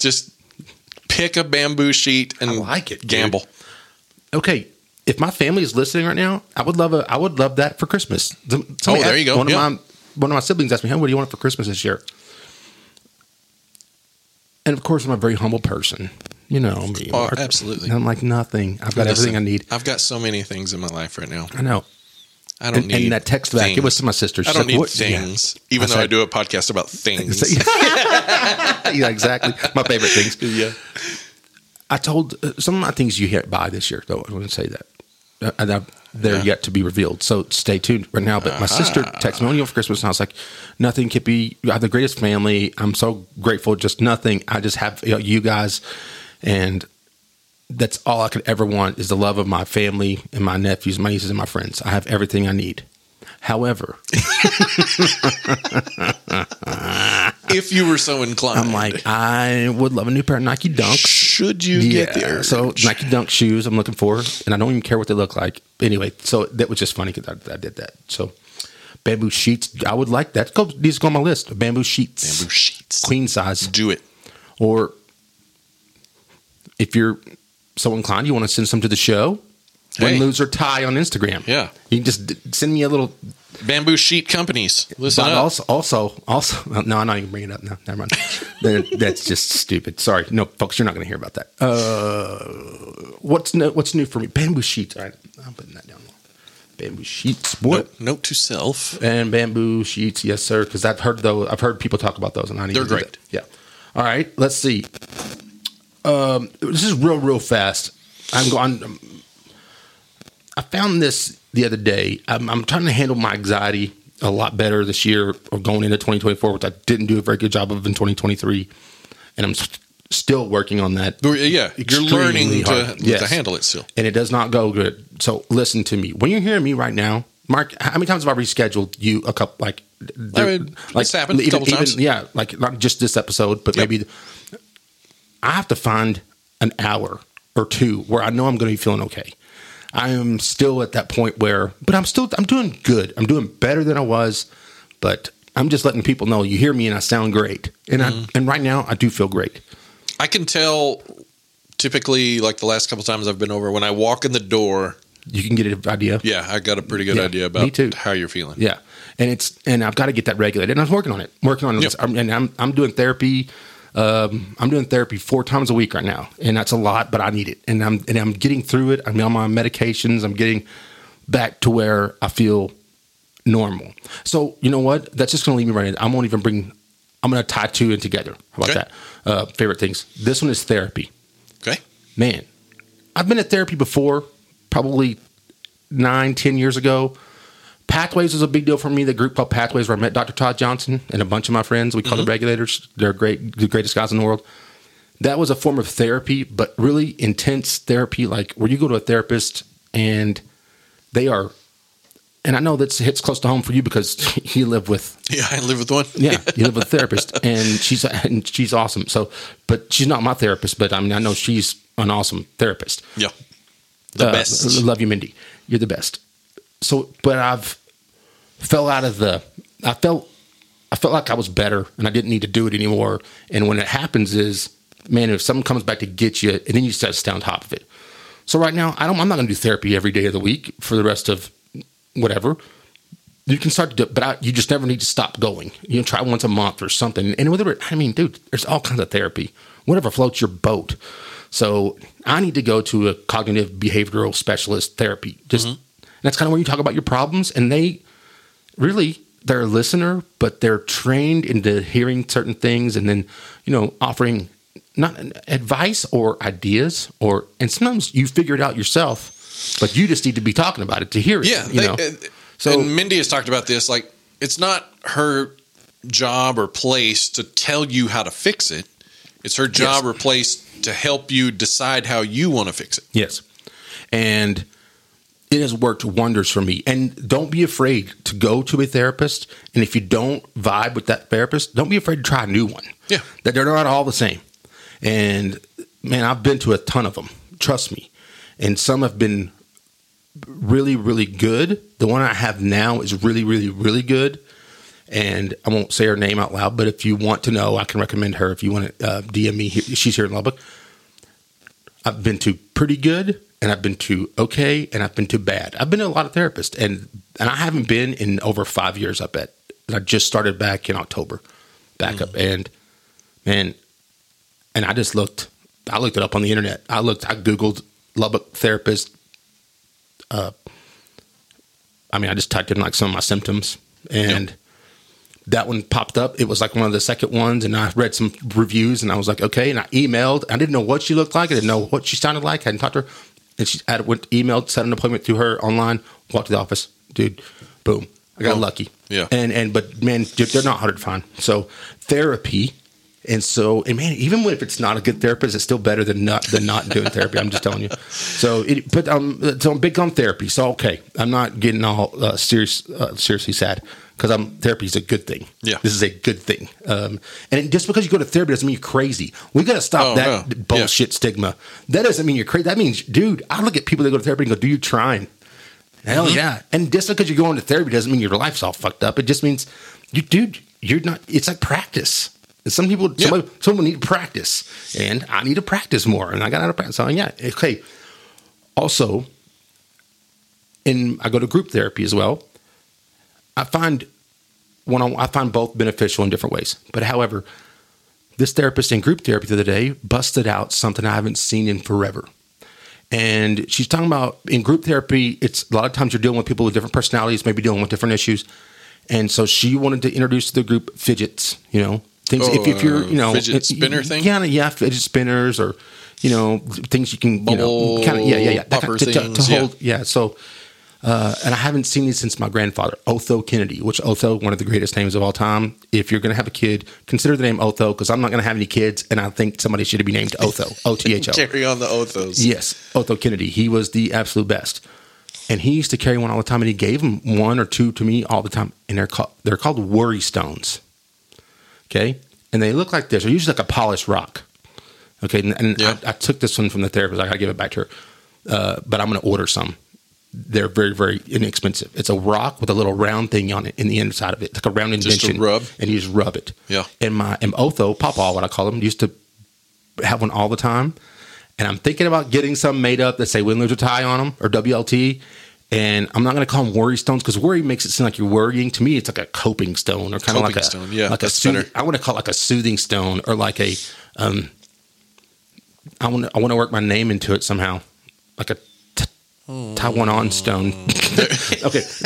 Just pick a bamboo sheet and I like it, dude. gamble. Okay. If my family is listening right now, I would love a. I would love that for Christmas. Some- somebody Oh, there asked- you go, One yeah. of my one of my siblings asked me, "Hey, what do you want for Christmas this year?" And of course, I'm a very humble person. You know me. Oh, Mark. absolutely. I'm like nothing. I've got everything I Listen, need. I've got so many things in my life right now. I know. I don't And, need and that text back, it was things. to my sister. I She's don't like, need "What- yeah." things, even I though I said- do a podcast about things. yeah, exactly. My favorite things. yeah. I told uh, some of my things you hit by this year, though. I'm going to say that. Uh, and I've, they're Yeah. yet to be revealed. So stay tuned right now. But my sister texted me, What do you want for Christmas? And I was like, Nothing, Kippy. You have the greatest family. I'm so grateful. Just nothing. I just have you, know, you guys. And that's all I could ever want is the love of my family and my nephews, my nieces, and my friends. I have everything I need. However, If you were so inclined. I'm like, I would love a new pair of Nike Dunks. Should you yeah. get there? So Nike Dunk shoes I'm looking for, and I don't even care what they look like. Anyway, so that was just funny because I, I did that. So bamboo sheets, I would like that. Go, these go on my list. Bamboo sheets, bamboo sheets. queen size, Do it. or if you're so inclined, you want to send some to the show. Hey. Win, lose, or tie on Instagram. Yeah. you can just d- send me a little. Bamboo sheet companies. Listen But up. also, also, also, no, I'm not even bringing it up. No, never mind. That- That's just stupid. Sorry, no, folks, you're not going to hear about that. Uh, what's new, what's new for me? Bamboo sheets. All right, I'm putting that down. Bamboo sheets. What? Note, note to self. And bamboo sheets. Yes, sir. Because I've heard though, I've heard people talk about those, and I need They're to do great. that. Yeah. All right. Let's see. Um, this is real, real fast. I'm going. I found this the other day. I'm, I'm trying to handle my anxiety a lot better this year or going into 2024, which I didn't do a very good job of in 2023. And I'm s- still working on that. We're- uh, Yeah, you're Extremely learning to, hard. Yes. to handle it still. And it does not go good. So listen to me. When you're hearing me right now, Mark, how many times have I rescheduled you a couple, like, I mean, it's happened a couple times. Yeah, like not just this episode, but Yep. maybe I have to find an hour or two where I know I'm going to be feeling okay. I am still at that point where, but I'm still, I'm doing good. I'm doing better than I was, but I'm just letting people know you hear me and I sound great. And Mm-hmm. I, and right now I do feel great. I can tell typically like the last couple times I've been over when I walk in the door, You can get an idea. yeah, I got a pretty good Yeah, idea me about too. how you're feeling. Yeah, and it's and I've got to get that regulated, and I was working on it, working on it, Yep. I'm- and I'm I'm doing therapy. Um, I'm doing therapy four times a week right now, and that's a lot, but I need it, and I'm and I'm getting through it. I'm on my medications. I'm getting back to where I feel normal. So you know what? That's just going to leave me right in. I won't even bring. I'm going to tie two in together. How about Okay. that? Uh, favorite things. This one is therapy Okay. man, I've been at therapy before, probably nine, ten years ago. Pathways was a big deal for me. The group called Pathways, where I met Dr. Todd Johnson and a bunch of my friends. We call them regulators. They're great, the greatest guys in the world. That was a form of therapy, but really intense therapy, like where you go to a therapist and they are. And I know that hits close to home for you because you live with Yeah, I live with one. yeah, you live with a therapist, and she's and she's awesome. So, but she's not my therapist, but I mean, I know she's an awesome therapist. Yeah. The Uh, best. Love you, Mindy. You're the best. So, but I've fell out of the. I felt I felt like I was better, and I didn't need to do it anymore. And when it happens, is man, if someone comes back to get you, and then you just stay on top of it. So right now, I don't. I'm not going to do therapy every day of the week for the rest of whatever. You can start to do, it, but I, you just never need to stop going. You know, try once a month or something. And whatever, I mean, dude, there's all kinds of therapy. Whatever floats your boat. So I need to go to a cognitive behavioral specialist therapy. Just Mm-hmm. and that's kind of where you talk about your problems, and they really they're a listener, but they're trained into hearing certain things and then, you know, offering not advice or ideas or and sometimes you figure it out yourself, but you just need to be talking about it to hear it. Yeah, you they- know. and- so and Mindy has talked about this. Like, it's not her job or place to tell you how to fix it. It's her job or place to help you decide how you want to fix it. Yes. And it has worked wonders for me. And don't be afraid to go to a therapist. And if you don't vibe with that therapist, don't be afraid to try a new one. Yeah. That they're not all the same. And man, I've been to a ton of them. Trust me. And some have been really, really good. The one I have now is really, really, really good. And I won't say her name out loud, but if you want to know, I can recommend her. If you want to uh, DM me, here- she's here in Lubbock. I've been to pretty good and I've been to okay and I've been to bad. I've been to a lot of therapists and and I haven't been in over five years, I bet. And I just started back in October, back up and man, and I just looked I looked it up on the internet. I looked I Googled Lubbock therapist. Uh I mean I just typed in like some of my symptoms and that one popped up. It was like one of the second ones, and I read some reviews, and I was like, okay. And I emailed. I didn't know what she looked like. I didn't know what she sounded like. I hadn't talked to her, and she I went emailed, set an appointment through her online, walked to the office, dude, boom, I got Oh, lucky. yeah. and and but man, dude, they're not hard to find. So therapy, and so and man, even if it's not a good therapist, it's still better than not than not doing therapy. I'm just telling you. So it, but um, so I'm big on therapy. So okay, I'm not getting all uh, serious uh, seriously sad because I'm therapy is a good thing. Yeah. This is a good thing. Um, and just because you go to therapy doesn't mean you're crazy. We got to stop Oh, that no. bullshit stigma. That doesn't mean you're crazy. That means, dude, I look at people that go to therapy and go, "Do you trying?" Hell Mm-hmm. yeah! And just because you're going to therapy doesn't mean your life's all fucked up. It just means, you, dude, you're not. It's like practice. And Some people, Yeah. some, some people need to practice, and I need to practice more. And I got out of practice. So yeah, okay. Also, and I go to group therapy as well. I find one on I find both beneficial in different ways. But however, this therapist in group therapy the other day busted out something I haven't seen in forever. And she's talking about in group therapy, it's a lot of times you're dealing with people with different personalities, maybe dealing with different issues. And so she wanted to introduce to the group fidgets, you know, things if, if you're, you know, Oh, fidget it- spinner thing? Yeah, yeah, fidget spinners or, you know, things you can, you know, Bubble kind of, yeah, yeah, yeah, that puffer kind- to, to- to things, yeah. hold, yeah. So, uh, and I haven't seen these since my grandfather, Otho Kennedy, which Otho, one of the greatest names of all time. If you're going to have a kid, consider the name Otho because I'm not going to have any kids, and I think somebody should be named Otho, O T H O. Carry on the othos. Yes, Otho Kennedy. He was the absolute best, and he used to carry one all the time, and he gave him one or two to me all the time, and they're called they're called worry stones. Okay, and they look like this. They're usually like a polished rock. Okay, and, and Yeah. I, I took this one from the therapist. I gotta give it back to her, uh, but I'm gonna order some. They're very, very inexpensive. It's a rock with a little round thing on it in the inside of it, like a round Just a invention. rub? and you just rub it. Yeah. And my and Otho Papa, what I call him, used to have one all the time. And I'm thinking about getting some made up that say win, lose, or tie on them or WLT. And I'm not going to call them worry stones because worry makes it seem like you're worrying. To me, it's like a coping stone or kind of like Coping a stone, yeah, like a that's soothing, better. I want to call it like a soothing stone or like a um. I want to I want to work my name into it somehow, like a t- Oh. Taiwan on stone. okay,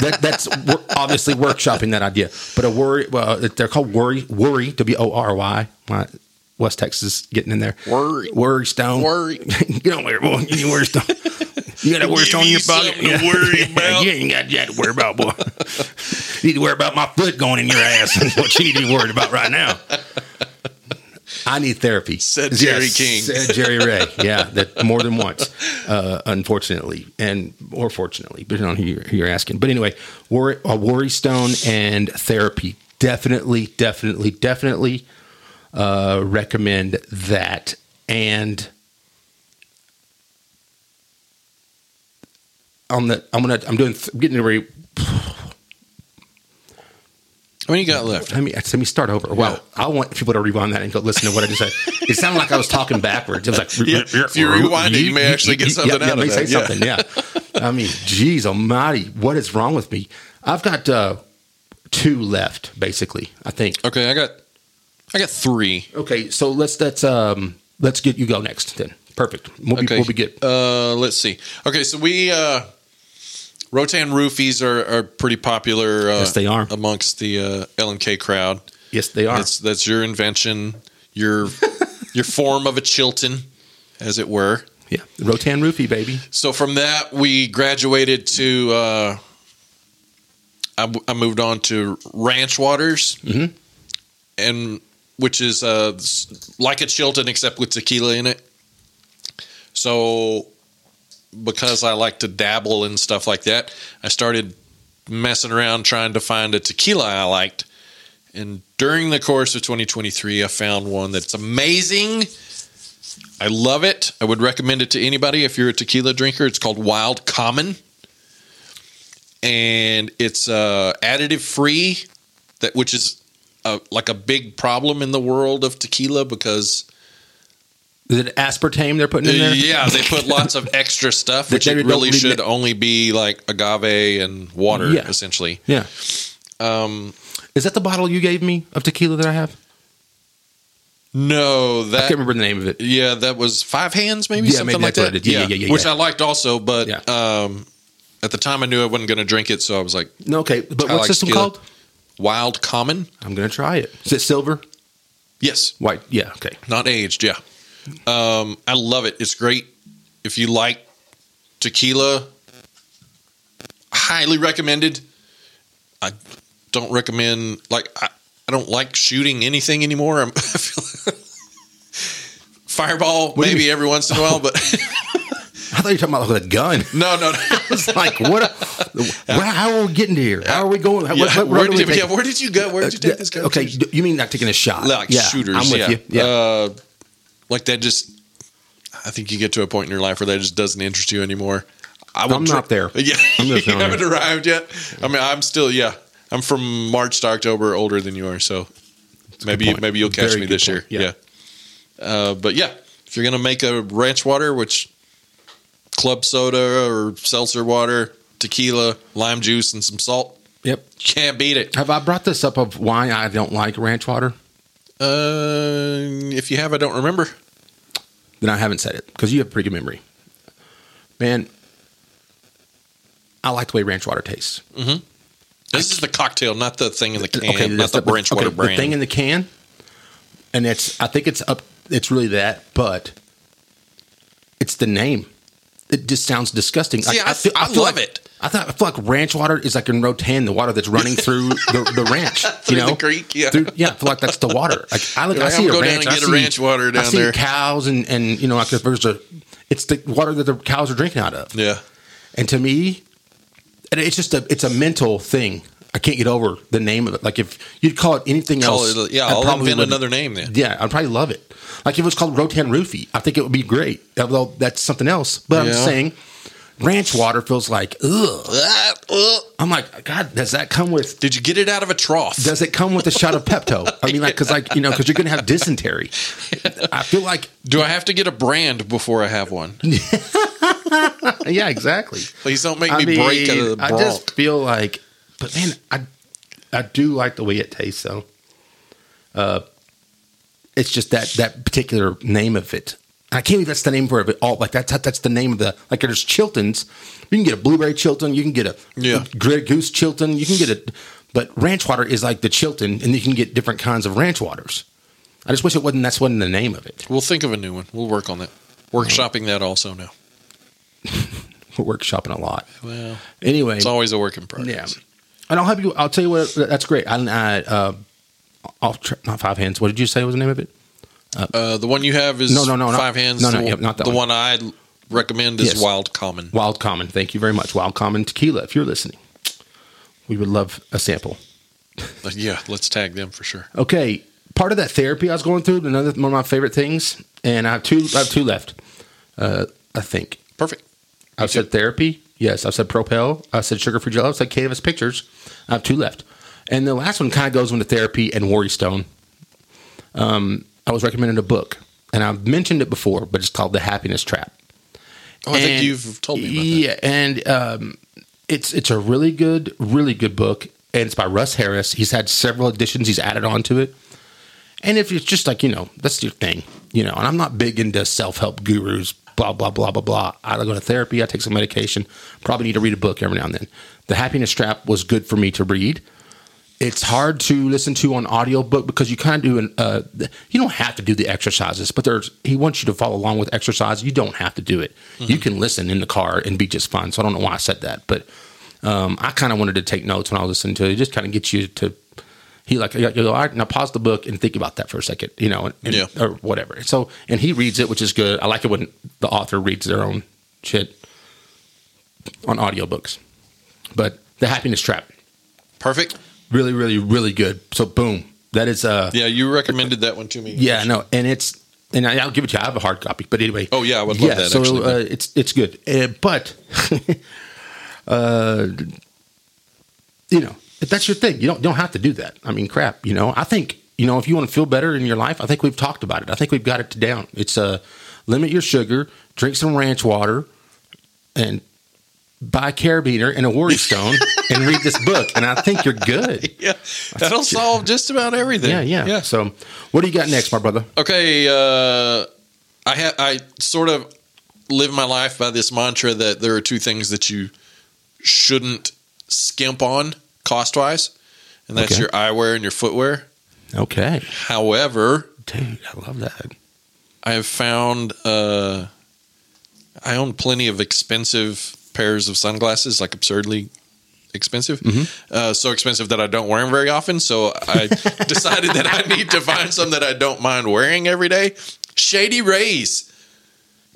that, that's we're obviously workshopping that idea. But a worry, well, they're called worry worry W O R Y. My West Texas getting in there. Worry. worry stone. Worry. Get on there, boy. You need worry stone. You got a worry Give stone in you your pocket. something to worry about. you ain't got that to worry about, boy. you need to worry about my foot going in your ass. That's what you need to be worried about right now. I need therapy. Said Jerry King. Said Jerry Ray. Yeah, that more than once, uh, unfortunately, and or fortunately, depending on who you're, who you're asking. But anyway, worry, uh, worry stone and therapy. Definitely, definitely, definitely uh, recommend that. And on the, I'm gonna, I'm doing, th- getting ready. How many you got left? Let me, let me start over. Wow, I want people to rewind that and go listen to what I just said. it sounded like I was talking backwards. It was like, Yeah, if you rewind it, you may actually get something out may of say that, yeah. something. Yeah. I mean, geez, almighty, what is wrong with me? I've got uh, two left, basically. I think. Okay, I got I got three. Okay, so let's let's um let's get you go next then. Perfect. We'll be, Okay. we'll be good. Uh, let's see. Okay, so we uh, Rotan roofies are, are pretty popular. Uh, Yes, they are. amongst the uh, L and K crowd. Yes, they are. That's that's your invention, your your form of a Chilton, as it were. Yeah, Rotan Roofie, baby. So from that, we graduated to. Uh, I, w- I moved on to Ranch Waters, Mhm. and which is uh, s- like a Chilton except with tequila in it. So, because I like to dabble and stuff like that, I started messing around trying to find a tequila I liked. And during the course of 2023, I found one that's amazing. I love it. I would recommend it to anybody if you're a tequila drinker. It's called Wild Common. And it's uh, additive free, that which is uh like a big problem in the world of tequila because Is it aspartame they're putting in there? yeah, they put lots of extra stuff, That which they it don't really really should ma- only be like agave and water, Yeah. essentially. Yeah. Um, Is that the bottle you gave me of tequila that I have? no, I that can't remember the name of it. Yeah, that was five hands, maybe Yeah, something maybe like that's what that. I did. Yeah, yeah, yeah, yeah, which yeah. I liked also, but Yeah. um, at the time I knew I wasn't going to drink it, so I was like, No, okay, but I what's like this one tequila. called? "Wild Common." I'm gonna try it. Is it silver? Yes, White? Yeah. Okay. not aged. Yeah, um, I love it. It's great. If you like tequila, highly recommended. I don't recommend like I, I don't like shooting anything anymore. I'm, I feel Fireball, do you maybe mean? every once in a while, but I thought you were talking about like a gun. no, no, no. It's like what? A, wow, how are we getting to here? How are we going? Yeah, What, what where, road are we did, yeah, taking? where did you go? Where did you take this guy? Uh, okay, d- you mean not taking a shot? like yeah, shooters. I'm with yeah. you. Yeah. Uh, like that just, I think you get to a point in your life where that just doesn't interest you anymore. I will I'm dr- not there. Yeah, I'm you just not haven't arrived yet. I mean, I'm still. Yeah, I'm from March to October, older than you are. So maybe point. maybe you'll catch Very me good this point. year. Yeah. Yeah. Uh, but yeah, if you're gonna make a ranch water, which club soda or seltzer water, tequila, lime juice, and some salt, yep. you can't beat it. Have I brought this up of why I don't like ranch water? Uh, if you have, I don't remember. Then I haven't said it because you have pretty good memory, man. I like the way ranch water tastes. This is the cocktail, not the thing in the can, that's not the branch water brand. The thing in the can, and it's I think it's up. It's really that, but it's the name. It just sounds disgusting. See, I- I like, love it. I thought I feel like ranch water is like in Rotan, the water that's running through the, the ranch. Through you know, the creek, yeah. Through- yeah, I feel like that's the water. Like I look, You're I like, see I'm a gonna go down ranch. and I get a see, ranch water down I see there. cows and and you know, like there's a. It's the water that the cows are drinking out of. yeah, And to me, and it's just a it's a mental thing. I can't get over the name of it. Like if you'd call it anything Call else, it- yeah, I I'll probably invent would- another name then. Yeah, I'd probably love it. Like if it was called Rotan Roofie, I think it would be great. Although that's something else. But I'm Yeah. saying ranch water feels like ugh. Ah, uh. I'm like, God, does that come with? Did you get it out of a trough? Does it come with a shot of Pepto? I mean, like, because like you know, because you're gonna have dysentery. I feel like, Do I have to get a brand before I have one? yeah, exactly. Please don't make me break a I brawl. just feel like, but man, I I do like the way it tastes though. Uh, it's just that that particular name of it. I can't believe that's the name for it. All like that's that's the name of the like. There's Chiltons. You can get a blueberry Chilton. You can get a Yeah. gray goose Chilton. You can get a, but ranch water is like the Chilton, and you can get different kinds of ranch waters. I just wish it wasn't. That's wasn't the name of it. We'll think of a new one. We'll work on that. Workshopping that also now. We're workshopping a lot. Well, Anyway, it's always a work in progress. Yeah, and I'll help you. I'll tell you what. That's great. I, I uh, I'll tr- not five hands. What did you say was the name of it? Uh, the one you have is No, no, no, not- five hands. no, no, the, yeah, not that the one. one. I recommend is Yes. Wild Common. Wild Common. Thank you very much. Wild Common Tequila. If you're listening, we would love a sample. Uh, Yeah, let's tag them for sure. Okay, part of that therapy I was going through. Another one of my favorite things, and I have two. I have two left. Uh, I think Perfect. I've said therapy. Yes, I've said Propel. I said sugar free jello. I said canvas pictures. I have two left, and the last one kind of goes into therapy and worry stone. Um, I was recommended a book, and I've mentioned it before, but it's called The Happiness Trap. Oh, I think And- you've told me about that. yeah, and um, it's it's a really good, really good book, and it's by Russ Harris. He's had several editions. He's added on to it. And if it's just like you know, that's your thing, you know. And I'm not big into self help gurus, blah blah blah blah blah. I go to therapy. I take some medication. Probably need to read a book every now and then. The Happiness Trap was good for me to read. It's hard to listen to on audiobook because you kind of do an uh, you don't have to do the exercises, but there's he wants you to follow along with exercise. You don't have to do it. You can listen in the car and be just fine. So I don't know why I said that, but um, I kind of wanted to take notes when I was listening to it. It just kind of gets you to he like you go, all right, now pause the book and think about that for a second, you know, and, and- Yeah. or whatever. So and he reads it, which is good. I like it when the author reads their own shit on audiobooks. But the happiness trap, Perfect. really, really, really good. So boom, that is uh Yeah, you recommended that one to me. yeah, no, and it's and I, will give it to you. I have a hard copy, but anyway. Oh, yeah, I would love that, So actually. uh, it's it's good, uh, but uh, you know, if that's your thing, you don't don't have to do that. I mean, crap, you know. I think you know if you want to feel better in your life, I think we've talked about it. I think we've got it down. It's uh, limit your sugar, drink some ranch water, and buy a carabiner and a worry stone and read this book, and I think you're good. Yeah, that'll solve just about everything. Yeah, yeah, yeah. So, what do you got next, my brother? okay uh i ha- i sort of live my life by this mantra that there are two things that you shouldn't skimp on cost wise and that's Okay. your eyewear and your footwear Okay. however Dude, I love that. i have found uh i own plenty of expensive pairs of sunglasses like absurdly expensive Mm-hmm. uh, so expensive that i don't wear them very often so i decided that i need to find some that i don't mind wearing every day shady rays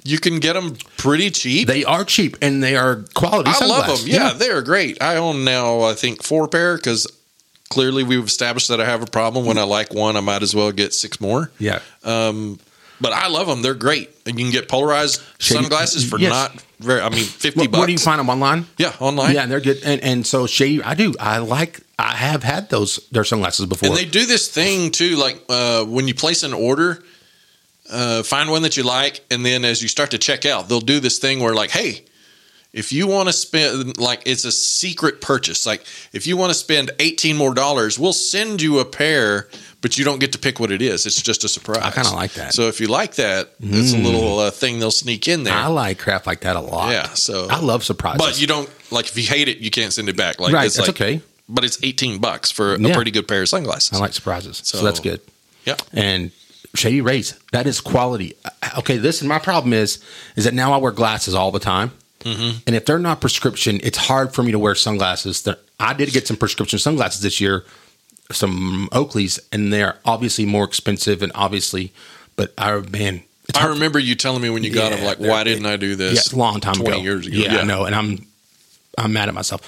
you can get them pretty cheap They are cheap and they are quality. i love sunglasses. them yeah, they are great i own now i think four pair because clearly we've established that i have a problem when i like one i might as well get six more yeah. um, but I love them. They're great. And you can get polarized Shady- sunglasses for yes. not very, I mean, 50 What, bucks. where do you find them online? Yeah, online. Yeah, and they're good. And and so shady. I do. I like. I have had those their sunglasses before. And they do this thing too, like uh, when you place an order, uh, find one that you like, and then as you start to check out, they'll do this thing where, like, hey, if you want to spend, like, it's a secret purchase. Like, if you want to spend 18 more dollars, we'll send you a pair, but you don't get to pick what it is. It's just a surprise. I kinda like that. Mm. So if you like that, it's a little uh, thing they'll sneak in there. I like crap like that a lot. yeah. So I love surprises. But you don't like if you hate it, you can't send it back. Like right? it's That's like, okay. But it's eighteen bucks for a Yeah. pretty good pair of sunglasses. I like surprises, so, So- that's good. yeah, And shady rays. That is quality. I- Okay, listen. My problem is is that now I wear glasses all the time. And if they're not prescription, it's hard for me to wear sunglasses. That I did get some prescription sunglasses this year, some Oakleys, and they're obviously more expensive and obviously, but I man, it's I hard- remember you telling me when you got Yeah, them. Like, they're- why didn't I do yeah, this? it's a long time 20 ago, years ago. Yeah, Yeah. I know, and I'm I'm mad at myself.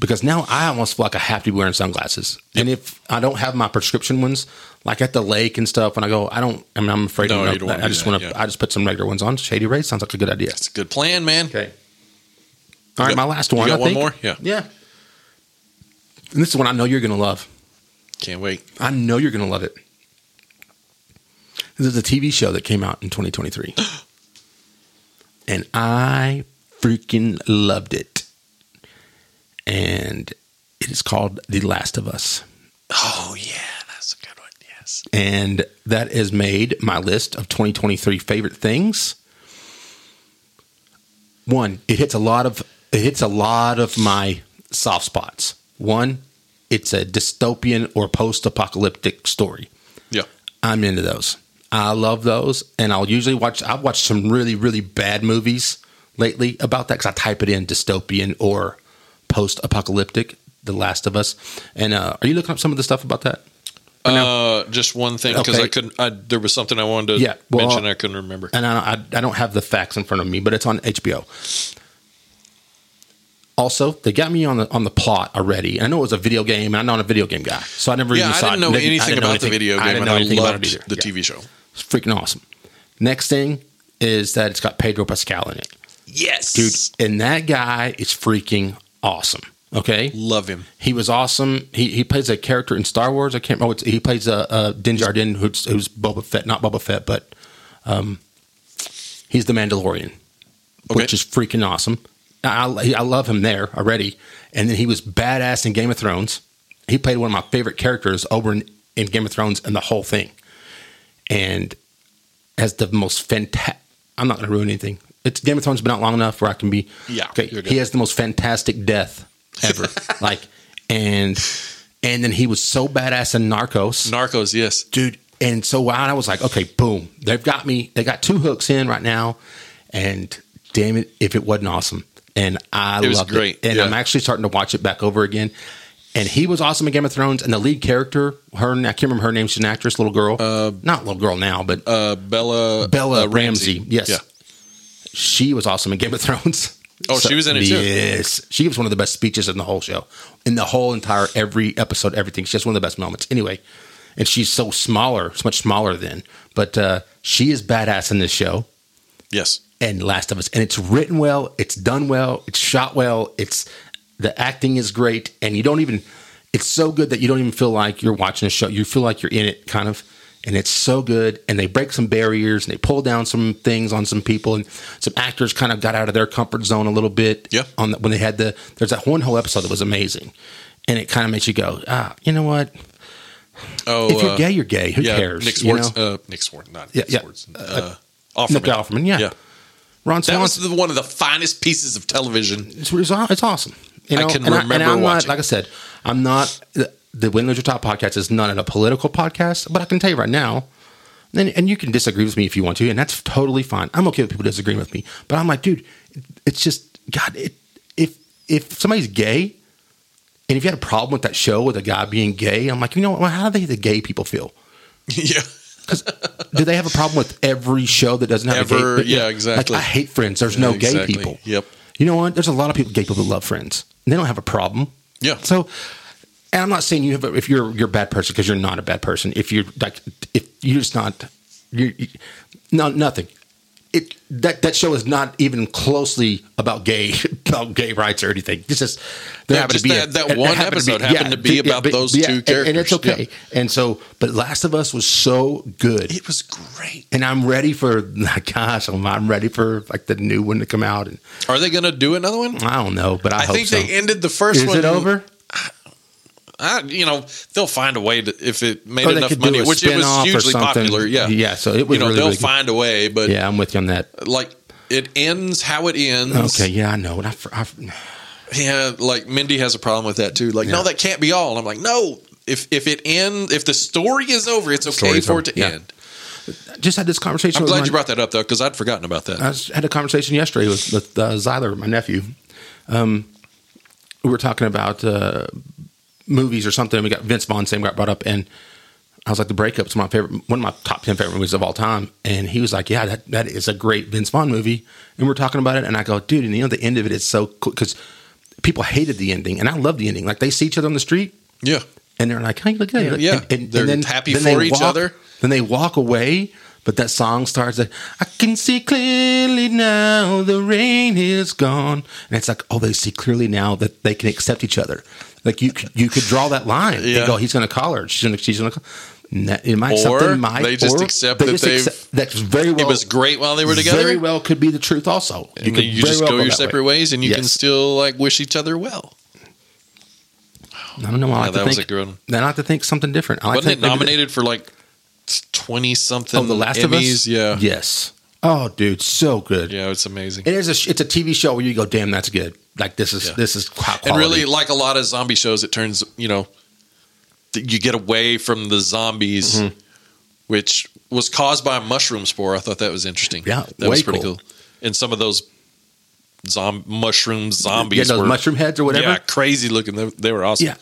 because now I almost feel like I have to be wearing sunglasses. And if I don't have my prescription ones, like at the lake and stuff, when I go, I don't. I mean, I'm afraid. No, of you don't wanna I do just that, want to. yeah. I just put some regular ones on. Shady Ray sounds like a good idea. It's a good plan, man. Okay. All right, got- my last you one. got I one think. more? Yeah. Yeah. And this is one I know you're going to love. Can't wait. I know you're going to love it. This is a TV show that came out in 2023. and I freaking loved it. And it is called The Last of Us. Oh yeah, that's a good one. Yes. And that has made my list of 2023 favorite things. One, it hits a lot of it hits a lot of my soft spots. One, it's a dystopian or post-apocalyptic story. Yeah. I'm into those. I love those, and I'll usually watch. I've watched some really, really bad movies lately about that because I type it in dystopian or post-apocalyptic. The Last of Us, and uh, are you looking up some of the stuff about that? Uh, just one thing because Okay. I couldn't. I, there was something I wanted to Yeah, well, mention. I couldn't remember. And I, I, I don't have the facts in front of me, but it's on HBO. Also, they got me on the on the plot already. I know it was a video game, and I'm not a video game guy, so I never. Yeah, even I saw didn't it. know anything didn't know about the anything- video game, I didn't know and I anything about it loved either. the Yeah. TV show. It's freaking awesome. Next thing is that it's got Pedro Pascal in it. Yes, dude. And that guy is freaking awesome. Okay, love him. he was awesome. He he plays a character in Star Wars. I can't remember. What, he plays a, a Din Djarin, who's, who's Boba Fett, not Boba Fett, but um, he's the Mandalorian, Okay. which is freaking awesome. I I he- I love him there already. And then he was badass in Game of Thrones. He played one of my favorite characters over in, in Game of Thrones and the whole thing. And has the most fantastic. I'm not going to ruin anything. It's Game of Thrones been out long enough where I can be. Yeah, Okay. you're good. He has the most fantastic death ever. like, and and then he was so badass in Narcos, Narcos. Yes. dude. And so when I was like, okay, boom, they've got me. They got two hooks in right now, and damn it, if it wasn't awesome, and I It was loved great, it, and yeah. I'm actually starting to watch it back over again. And he was awesome in Game of Thrones, and the lead character, her I can't remember her name. She's an actress, little girl, not little girl now, but Uh, Bella. Bella uh, Ramsey. Yes. Yeah. She was awesome in Game of Thrones. Oh, she was in it, too. Yes. She gives one of the best speeches in the whole show. In the whole entire every episode, everything. She has one of the best moments. Anyway. And she's so smaller, so much smaller then. But uh, she is badass in this show Yes. and Last of Us. And it's written well, it's done well, it's shot well, it's the acting is great, and you don't even it's so good that you don't even feel like you're watching a show. You feel like you're in it kind of. And it's so good. And they break some barriers and they pull down some things on some people and some actors kind of got out of their comfort zone a little bit. Yeah. On the, when they had the there's that one whole episode that was amazing. And it kind of makes you go, ah, you know what? Oh, If you're uh, gay, you're gay. Who yeah, cares? Nick you Swartz. know? Uh, Nick Swartz. Not Yeah, Nick yeah. Swartz. Uh, Offerman. Nick Offerman, yeah. Yeah. Ron That Swanson. was the, one of the finest pieces of television. it's, it's, aw- it's awesome. You I know? can and and remember I'm watching. Not, like I said, I'm not the, the Win Lose or Top podcast is not a political podcast, but I can tell you right now, and, and you can disagree with me if you want to, and that's totally fine. I'm okay with people disagreeing with me, but I'm like, dude, it's just God. It, if if somebody's gay, and if you had a problem with that show with a guy being gay, I'm like, you know, what? well, how do they the gay people feel? yeah. Because do they have a problem with every show that doesn't have Ever- a gay? but yeah, exactly. Like, I hate Friends. There's no Exactly. gay people. Yep. You know what? There's a lot of people, gay people that love Friends. And they don't have a problem. Yeah. So, and I'm not saying you have a, if you're you're a bad person because you're not a bad person. If you're like if you're just not you're you, no nothing. It that that show is not even closely about gay about gay rights or anything. It's just there Yeah, happened just to be that- that one happened episode happened to be yeah, about those two and- and it's characters. Yeah. okay. And so, but Last of Us was so good It was great. and I'm ready for gosh, I'm, I'm ready for like the new one to come out, and Are they going to do another one? I don't know, but I, I, hope think so. they ended the first Is one. it over? I, you know, they'll find a way to if it made Or Oh, they enough could do money, a which it was spin-off or hugely something. popular. Yeah, Yeah, so it was you know really, they'll really good. find a way, but Yeah, I'm with you on that. like it ends how it ends. Okay, yeah, I know. And I, I, yeah, like Mindy has a problem with that too. Like, no, Yeah. that can't be all. And I'm like, no, if if it end, if the story is over, it's okay Story's for over, it to yeah. end. just had this conversation. I'm with glad my- you brought that up though, because I'd forgotten about that. I was- had a conversation yesterday with, with uh, Zyler, my nephew. Um, we were talking about uh, movies or something. We got Vince Vaughn's name got brought up, and I was like, "The Breakup's my favorite, one of my top ten favorite movies of all time." And he was like, "Yeah, that, that is a great Vince Vaughn movie." And we're talking about it, and I go, "Dude," and you know, the end of it is so cool because people hated the ending, and I love the ending. Like they see each other on the street, Yeah. and they're like, "Hey, look at that!" Yeah. and, and- and They're happy they for each walk- other. Then they walk away, but that song starts like, "I can see clearly now the rain is gone," and it's like, "Oh, they see clearly now that they can accept each other." Like you, could, you could draw that line. Yeah. And go, he's going to call her. She's going to. She's going to. It might Or something might. they just or accept they that they've- accept- that's very well. It was great while they were together. Very well could be the truth. Also, you, could you very just well go your that way. separate ways and you can Yes. still like wish each other well. I don't know. I like Yeah, to that think, was a good one. Then I like to think something different. I like to think Wasn't it maybe the- nominated for like twenty something? Oh, The Last Emmys? of Us. Yeah. yeah, Yes. Oh, dude, so good. it's amazing. It is a. sh- It's a TV show where you go, damn, that's good. Like this is Yeah. this is high quality. and really, like a lot of zombie shows, it turns you know that you get away from the zombies, Mm-hmm. which was caused by a mushroom spore. I thought that was interesting. Yeah, that was way pretty cool. cool. And some of those zom- mushroom zombies yeah, those were mushroom heads or whatever. yeah crazy looking. They, they were awesome. Yeah.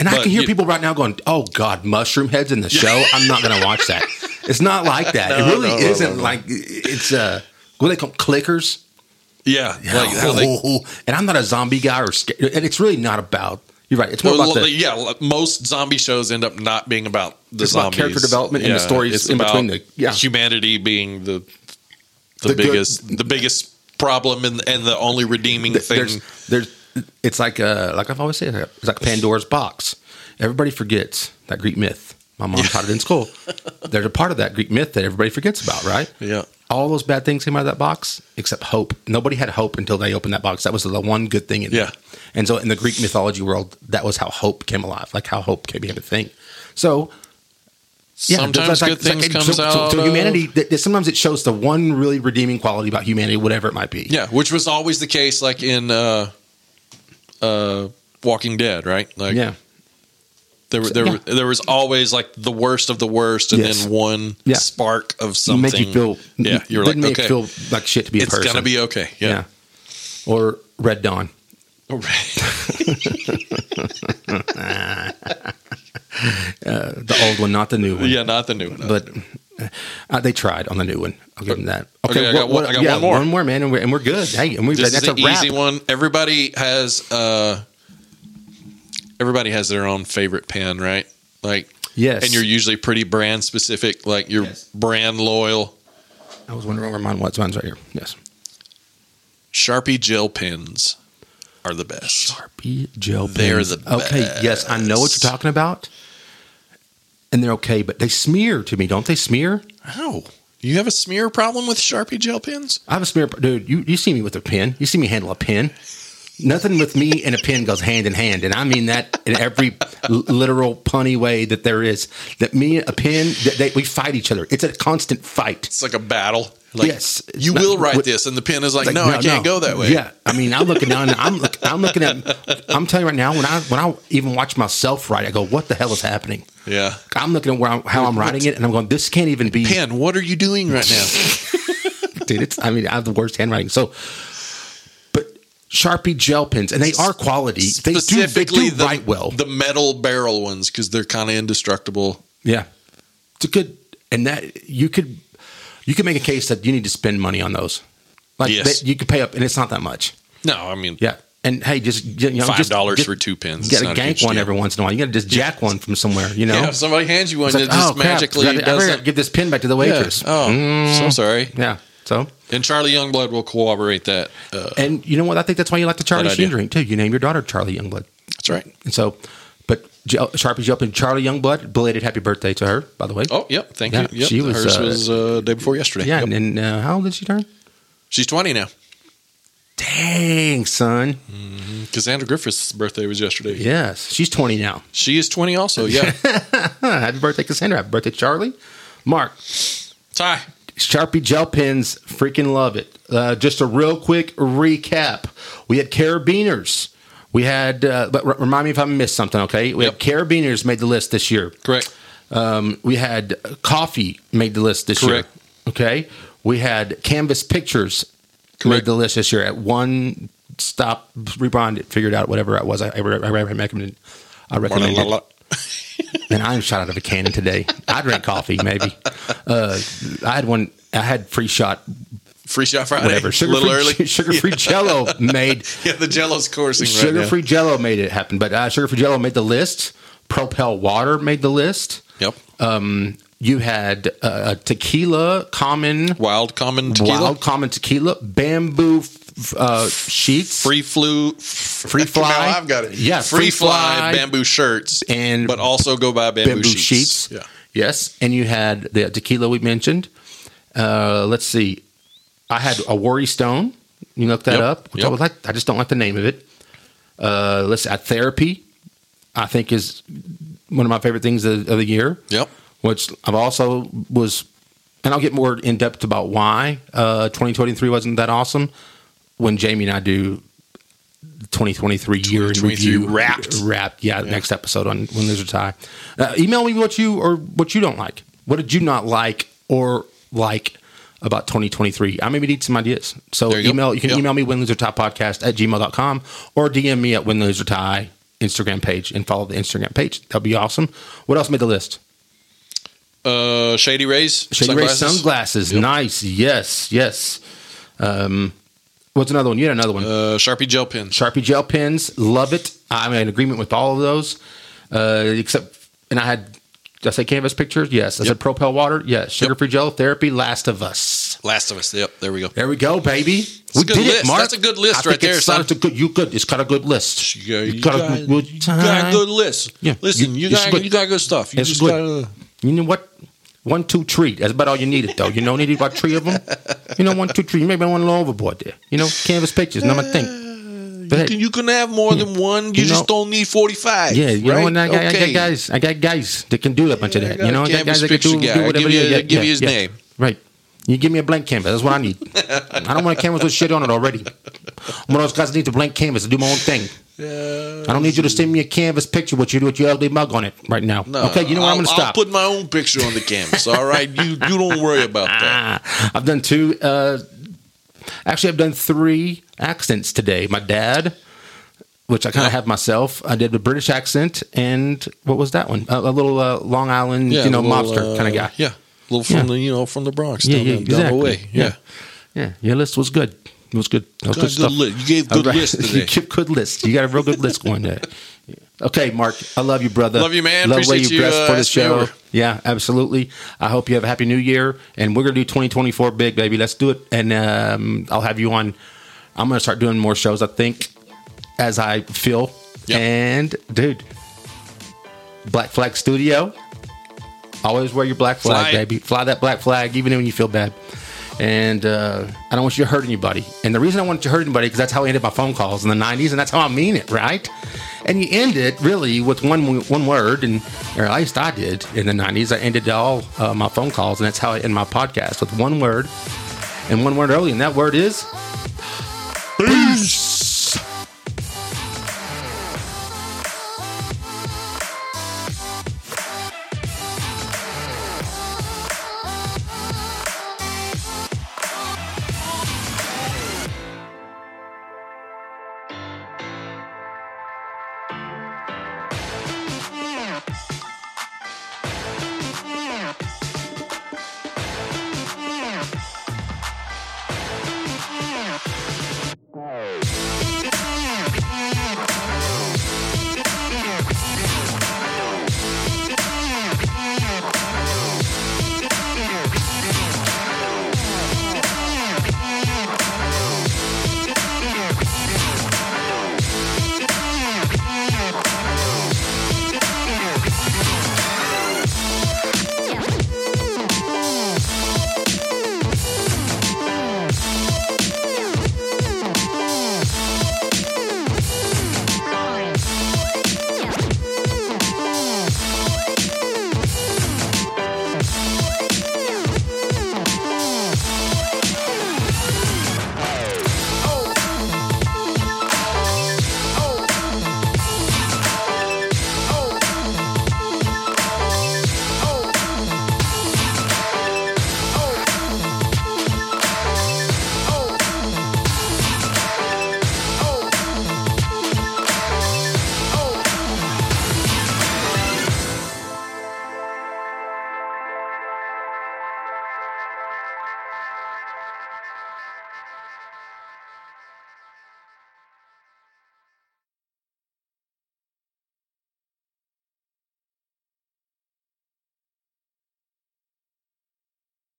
And I But can hear you- people right now going, "Oh God, mushroom heads in the show." I'm not going to watch that. It's not like that. No, it really no, no, isn't. no, no. Like it's uh, what do they call 'em? clickers. Oh, yeah. Like, how they- and I'm not a zombie guy or scared. And it's really not about. You're right. It's more Well, Oh, about the, like, yeah, like, most zombie shows end up not being about the It's about zombies. character development and the stories in between about the- yeah. humanity being the the, The good- biggest the biggest problem and and the only redeeming thing. There's, there's, it's like uh, like I've always said, it's like Pandora's box. Everybody forgets that Greek myth. My mom taught it in school. There's a part of that Greek myth that everybody forgets about, right? Yeah. All those bad things came out of that box except hope. Nobody had hope until they opened that box. That was the one good thing in Yeah. it. And so in the Greek mythology world, that was how hope came alive, like how hope became a thing. So yeah, Sometimes that's like- good it's like- things comes so, so- out. So, of- humanity, that that sometimes it shows the one really redeeming quality about humanity, whatever it might be. yeah, which was always the case, like in uh, uh, Walking Dead, right? Like Yeah. there were- there Yeah. were- there was always like the worst of the worst, and Yes. then one Yeah. spark of You something. make you feel yeah, you're they like make okay, you feel like shit to be a it's person. gonna be okay. yeah. Yeah. Or Red Dawn. All right. The old one, not the new one. yeah, not the new one. But uh, they tried on the new one. I'll give them that. Okay, I got one- I got one more. One more, man, and we're, and we're good. Hey, and we this that's is a an wrap. easy one. Everybody has uh, everybody has their own favorite pen, right? Like, Yes. and you're usually pretty brand specific. Like you're Yes. brand loyal. I was wondering where mine was. Mine's right here. Yes. Sharpie gel pens are the best. Sharpie gel pens. They're the okay. Yes, I know what best. you're talking about. And they're okay, but they smear to me, don't they? Smear. How? You have a smear problem with Sharpie gel pens? I have a smear, dude. You you see me with a pen. You see me handle a pen. Nothing with me and a pen goes hand in hand, and I mean that in every l- literal punny way that there is. That me and a pen, that they, we fight each other. It's a constant fight. It's like a battle. Like, Yes, it's You not- will write what- this, and the pen is like, Like, no, I can't go that way. Yeah, I mean, I'm looking down. And I'm look, I'm looking at. I'm telling you right now, when I when I even watch myself write, I go, "What the hell is happening?" Yeah. I'm looking at where I'm, how I'm writing it, and I'm going, "This can't even be." Pen, what are you doing right now? dude. It's I mean I have the worst handwriting. So, but Sharpie gel pens and they are quality. They do they Specifically, do the, write well. the metal barrel ones because they're kind of indestructible. yeah, it's a good and that you could you could make a case that you need to spend money on those. Like Yes. that you could pay up and it's not that much. No, I mean, Yeah, and hey, just you know, five just- dollars just- for two pins. You It's got not to a huge gank one deal. every once in a while. You got to just jack one from somewhere. You know, Yeah, if somebody hands you one, It's like, oh, it just crap, magically forgot to- I does better Mm. that. give this pin back to the Yeah. waitress. Oh, so sorry. yeah. So And Charlie Youngblood will corroborate that. Uh, and you know what? I think that's why you like the Charlie idea. Sheen drink too. You name your daughter Charlie Youngblood. that's right. And so, but Gel- Sharpie's up and Charlie Youngblood, belated happy birthday to her, by the way. Oh, yep. Thank Yeah, you. Yep. she was, Hers uh, was uh, day before yesterday. yeah. Yep. And, and uh, how old did she turn? She's 20 now. Dang, son. Cassandra Griffith's birthday was yesterday. Yes, she's 20 now. She is 20 also. Yeah. Huh, happy birthday, Cassandra. Happy birthday, Charlie. Mark, Ty. Sharpie gel pens, freaking love it. Uh, just a real quick recap. We had Carabiners. We had, uh, but re- remind me if I missed something, okay? We Yep. had Carabiners made the list this year. Correct. Um, we had coffee made the list this Correct. year. Okay. We had canvas pictures Correct. made the list this year at one stop rebrand it, figured out whatever it was. I, I, I recommended. I recommended. And I'm shot out of a cannon today. I drink coffee, maybe. Uh, I had one. I had free shot Free shot Friday. whatever. a Sugar little free, early. sugar free Jello made Yeah, the Jello's coursing sugar right free Jello made it happen. But uh, sugar free Jello made the list. Propel water made the list. now. Yep. Um, you had uh, tequila, common Wild common tequila. wild, common tequila, bamboo f- uh, sheets, Free flu. Free fly. Now I've got it. Yeah, Free, free fly, fly. bamboo shirts. And- but also go buy bamboo, bamboo, sheets. Yeah. Yes, and you had the tequila we mentioned. Uh, let's see. I had a worry stone. You look that Yep, up. Which I yep. would like. I just don't like the name of it. Uh, let's add therapy. I think is one of my favorite things of, of the year. Yep. Which I've also was, and I'll get more in depth about why uh, 2023 wasn't that awesome when Jamie and I do. the 2023 year in 2023 review wrapped. wrapped. Yeah, next episode on when there's a tie. Uh, email me what you or what you don't like. What did you not like or like about 2023? I maybe need some ideas. So There you go. email you can Yeah. email me win lose or tie podcast at gmail.com or DM me at win lose or tie Instagram page and follow the Instagram page. That'll be awesome. What else made the list? Uh, Shady Rays. Shady sunglasses. Ray sunglasses. Nice. Yes. Yes. Um, what's another one? You had another one. Uh, Sharpie gel pen. Sharpie gel pens, love it. I'm in agreement with all of those, uh, except and I had did I say canvas pictures? Yes. I said Propel water. Yes. Sugar free gel therapy. Last of Us. Last of Us. Yep. There we go. There we go, baby. a good list. That's a good list I think right there, It's, not- son. it's a good. You good. It's got a good list. Yeah, It's you got got- a good, good You got time. a good list. Yeah. Listen, You- you, it's got good. you got good stuff. You It's just good. gotta You know what? One, two, three. That's about all you needed, though. You don't need about three of them. You know, one, two, three. You Maybe I went a little overboard there. You know, canvas pictures. Not my thing. But hey, Can- Uh, You can have more than one. You, You just know- don't need forty five. Yeah, you right? know, and I, got, I Okay. got guys, I got guys that can do a bunch Yeah, of I that. got You know, a I got guys canvas that can do, picture guy. do I'll whatever. give you- they- yeah, I'll give yeah, you his yeah. name. Right. You give me a blank canvas. That's what I need. I don't want a canvas with shit on it already. I'm one of those guys that needs a blank canvas to do my own thing. I don't need you to send me a canvas picture with you with your ugly mug on it right now. No, okay, you know what? I'm I'll- going to stop. I'll put my own picture on the canvas. All right, you you don't worry about that. Ah, I've done two. Uh, actually, I've done three accents today. My dad, which I kind of have myself. I did a British accent, and what was that one? A, a little uh, Long Island, you know, the little, mobster kind uh, of guy. Yeah, a little from Yeah. the you know from the Bronx. Yeah, down, yeah, there, down exactly. the way. Yeah. Yeah. yeah. Your list was good. It was good. That was good Got a good stuff. list. You gave good All list you today. gave good list. You got a real good list going there. Okay, Mark. I love you, brother. Love you, man. Love the way Appreciate you you, dressed uh, for the asking me show. over. Yeah, absolutely. I hope you have a happy new year, and we're gonna do 2024 big, baby. Let's do it, and um, I'll have you on. I'm gonna start doing more shows. I think as I feel. Yep. And dude, Black Flag Studio. Always wear your black flag, Fly it. baby. Fly that black flag, even when you feel bad. And uh, I don't want you to hurt anybody. And the reason I want you to hurt anybody because that's how I ended my phone calls in the '90s, and that's how I mean it, right? And you end it really with one one word, and or at least I did in the '90s. I ended all uh, my phone calls, and that's how I end my podcast with one word, and one word early, and that word is